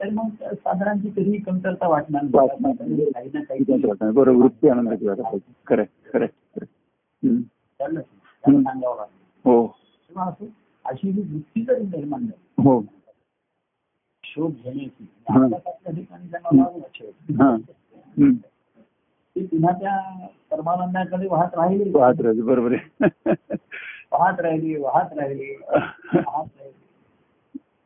S2: तर मग त्या साधारणची तरीही कमतरता वाटणार
S1: वाटणार
S2: नाही. म्हणजे काही ना काही
S1: इतिहास वाटणार. बरोबर वृत्ती आनंदाची वाटत आहे खरं आहे, खरं आहे, खरं आहे. हम्म.
S2: चाललंच नाही.
S1: हम्म.
S2: त्याला सांगावं लागेल
S1: हो
S2: तेव्हा असं अशी ही वृत्ती जर निर्माण झाली
S1: हो
S2: शोध घेण्याची
S1: हा.
S2: आत्मसात ठिकाणी त्यांना लावून ठेवली.
S1: हा हम्म.
S2: ती पुन्हा त्या परमानंदाकडे वाहत राहिली
S1: वाहत राहते बरोबर आहे
S2: वाहत राहिली वाहत राहिली वाहत राहिली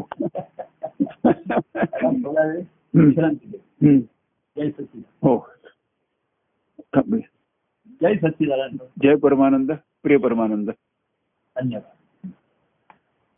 S2: संवाद
S1: हो
S2: त्याला थोडा वेळ
S1: हम्म.
S2: विश्रांती दे
S1: हम्म.
S2: जय सच्चिदानंद
S1: हो थांबूया.
S2: जय सच्चिदानंद
S1: जय परमानंद प्रिय परमानंद
S2: धन्यवाद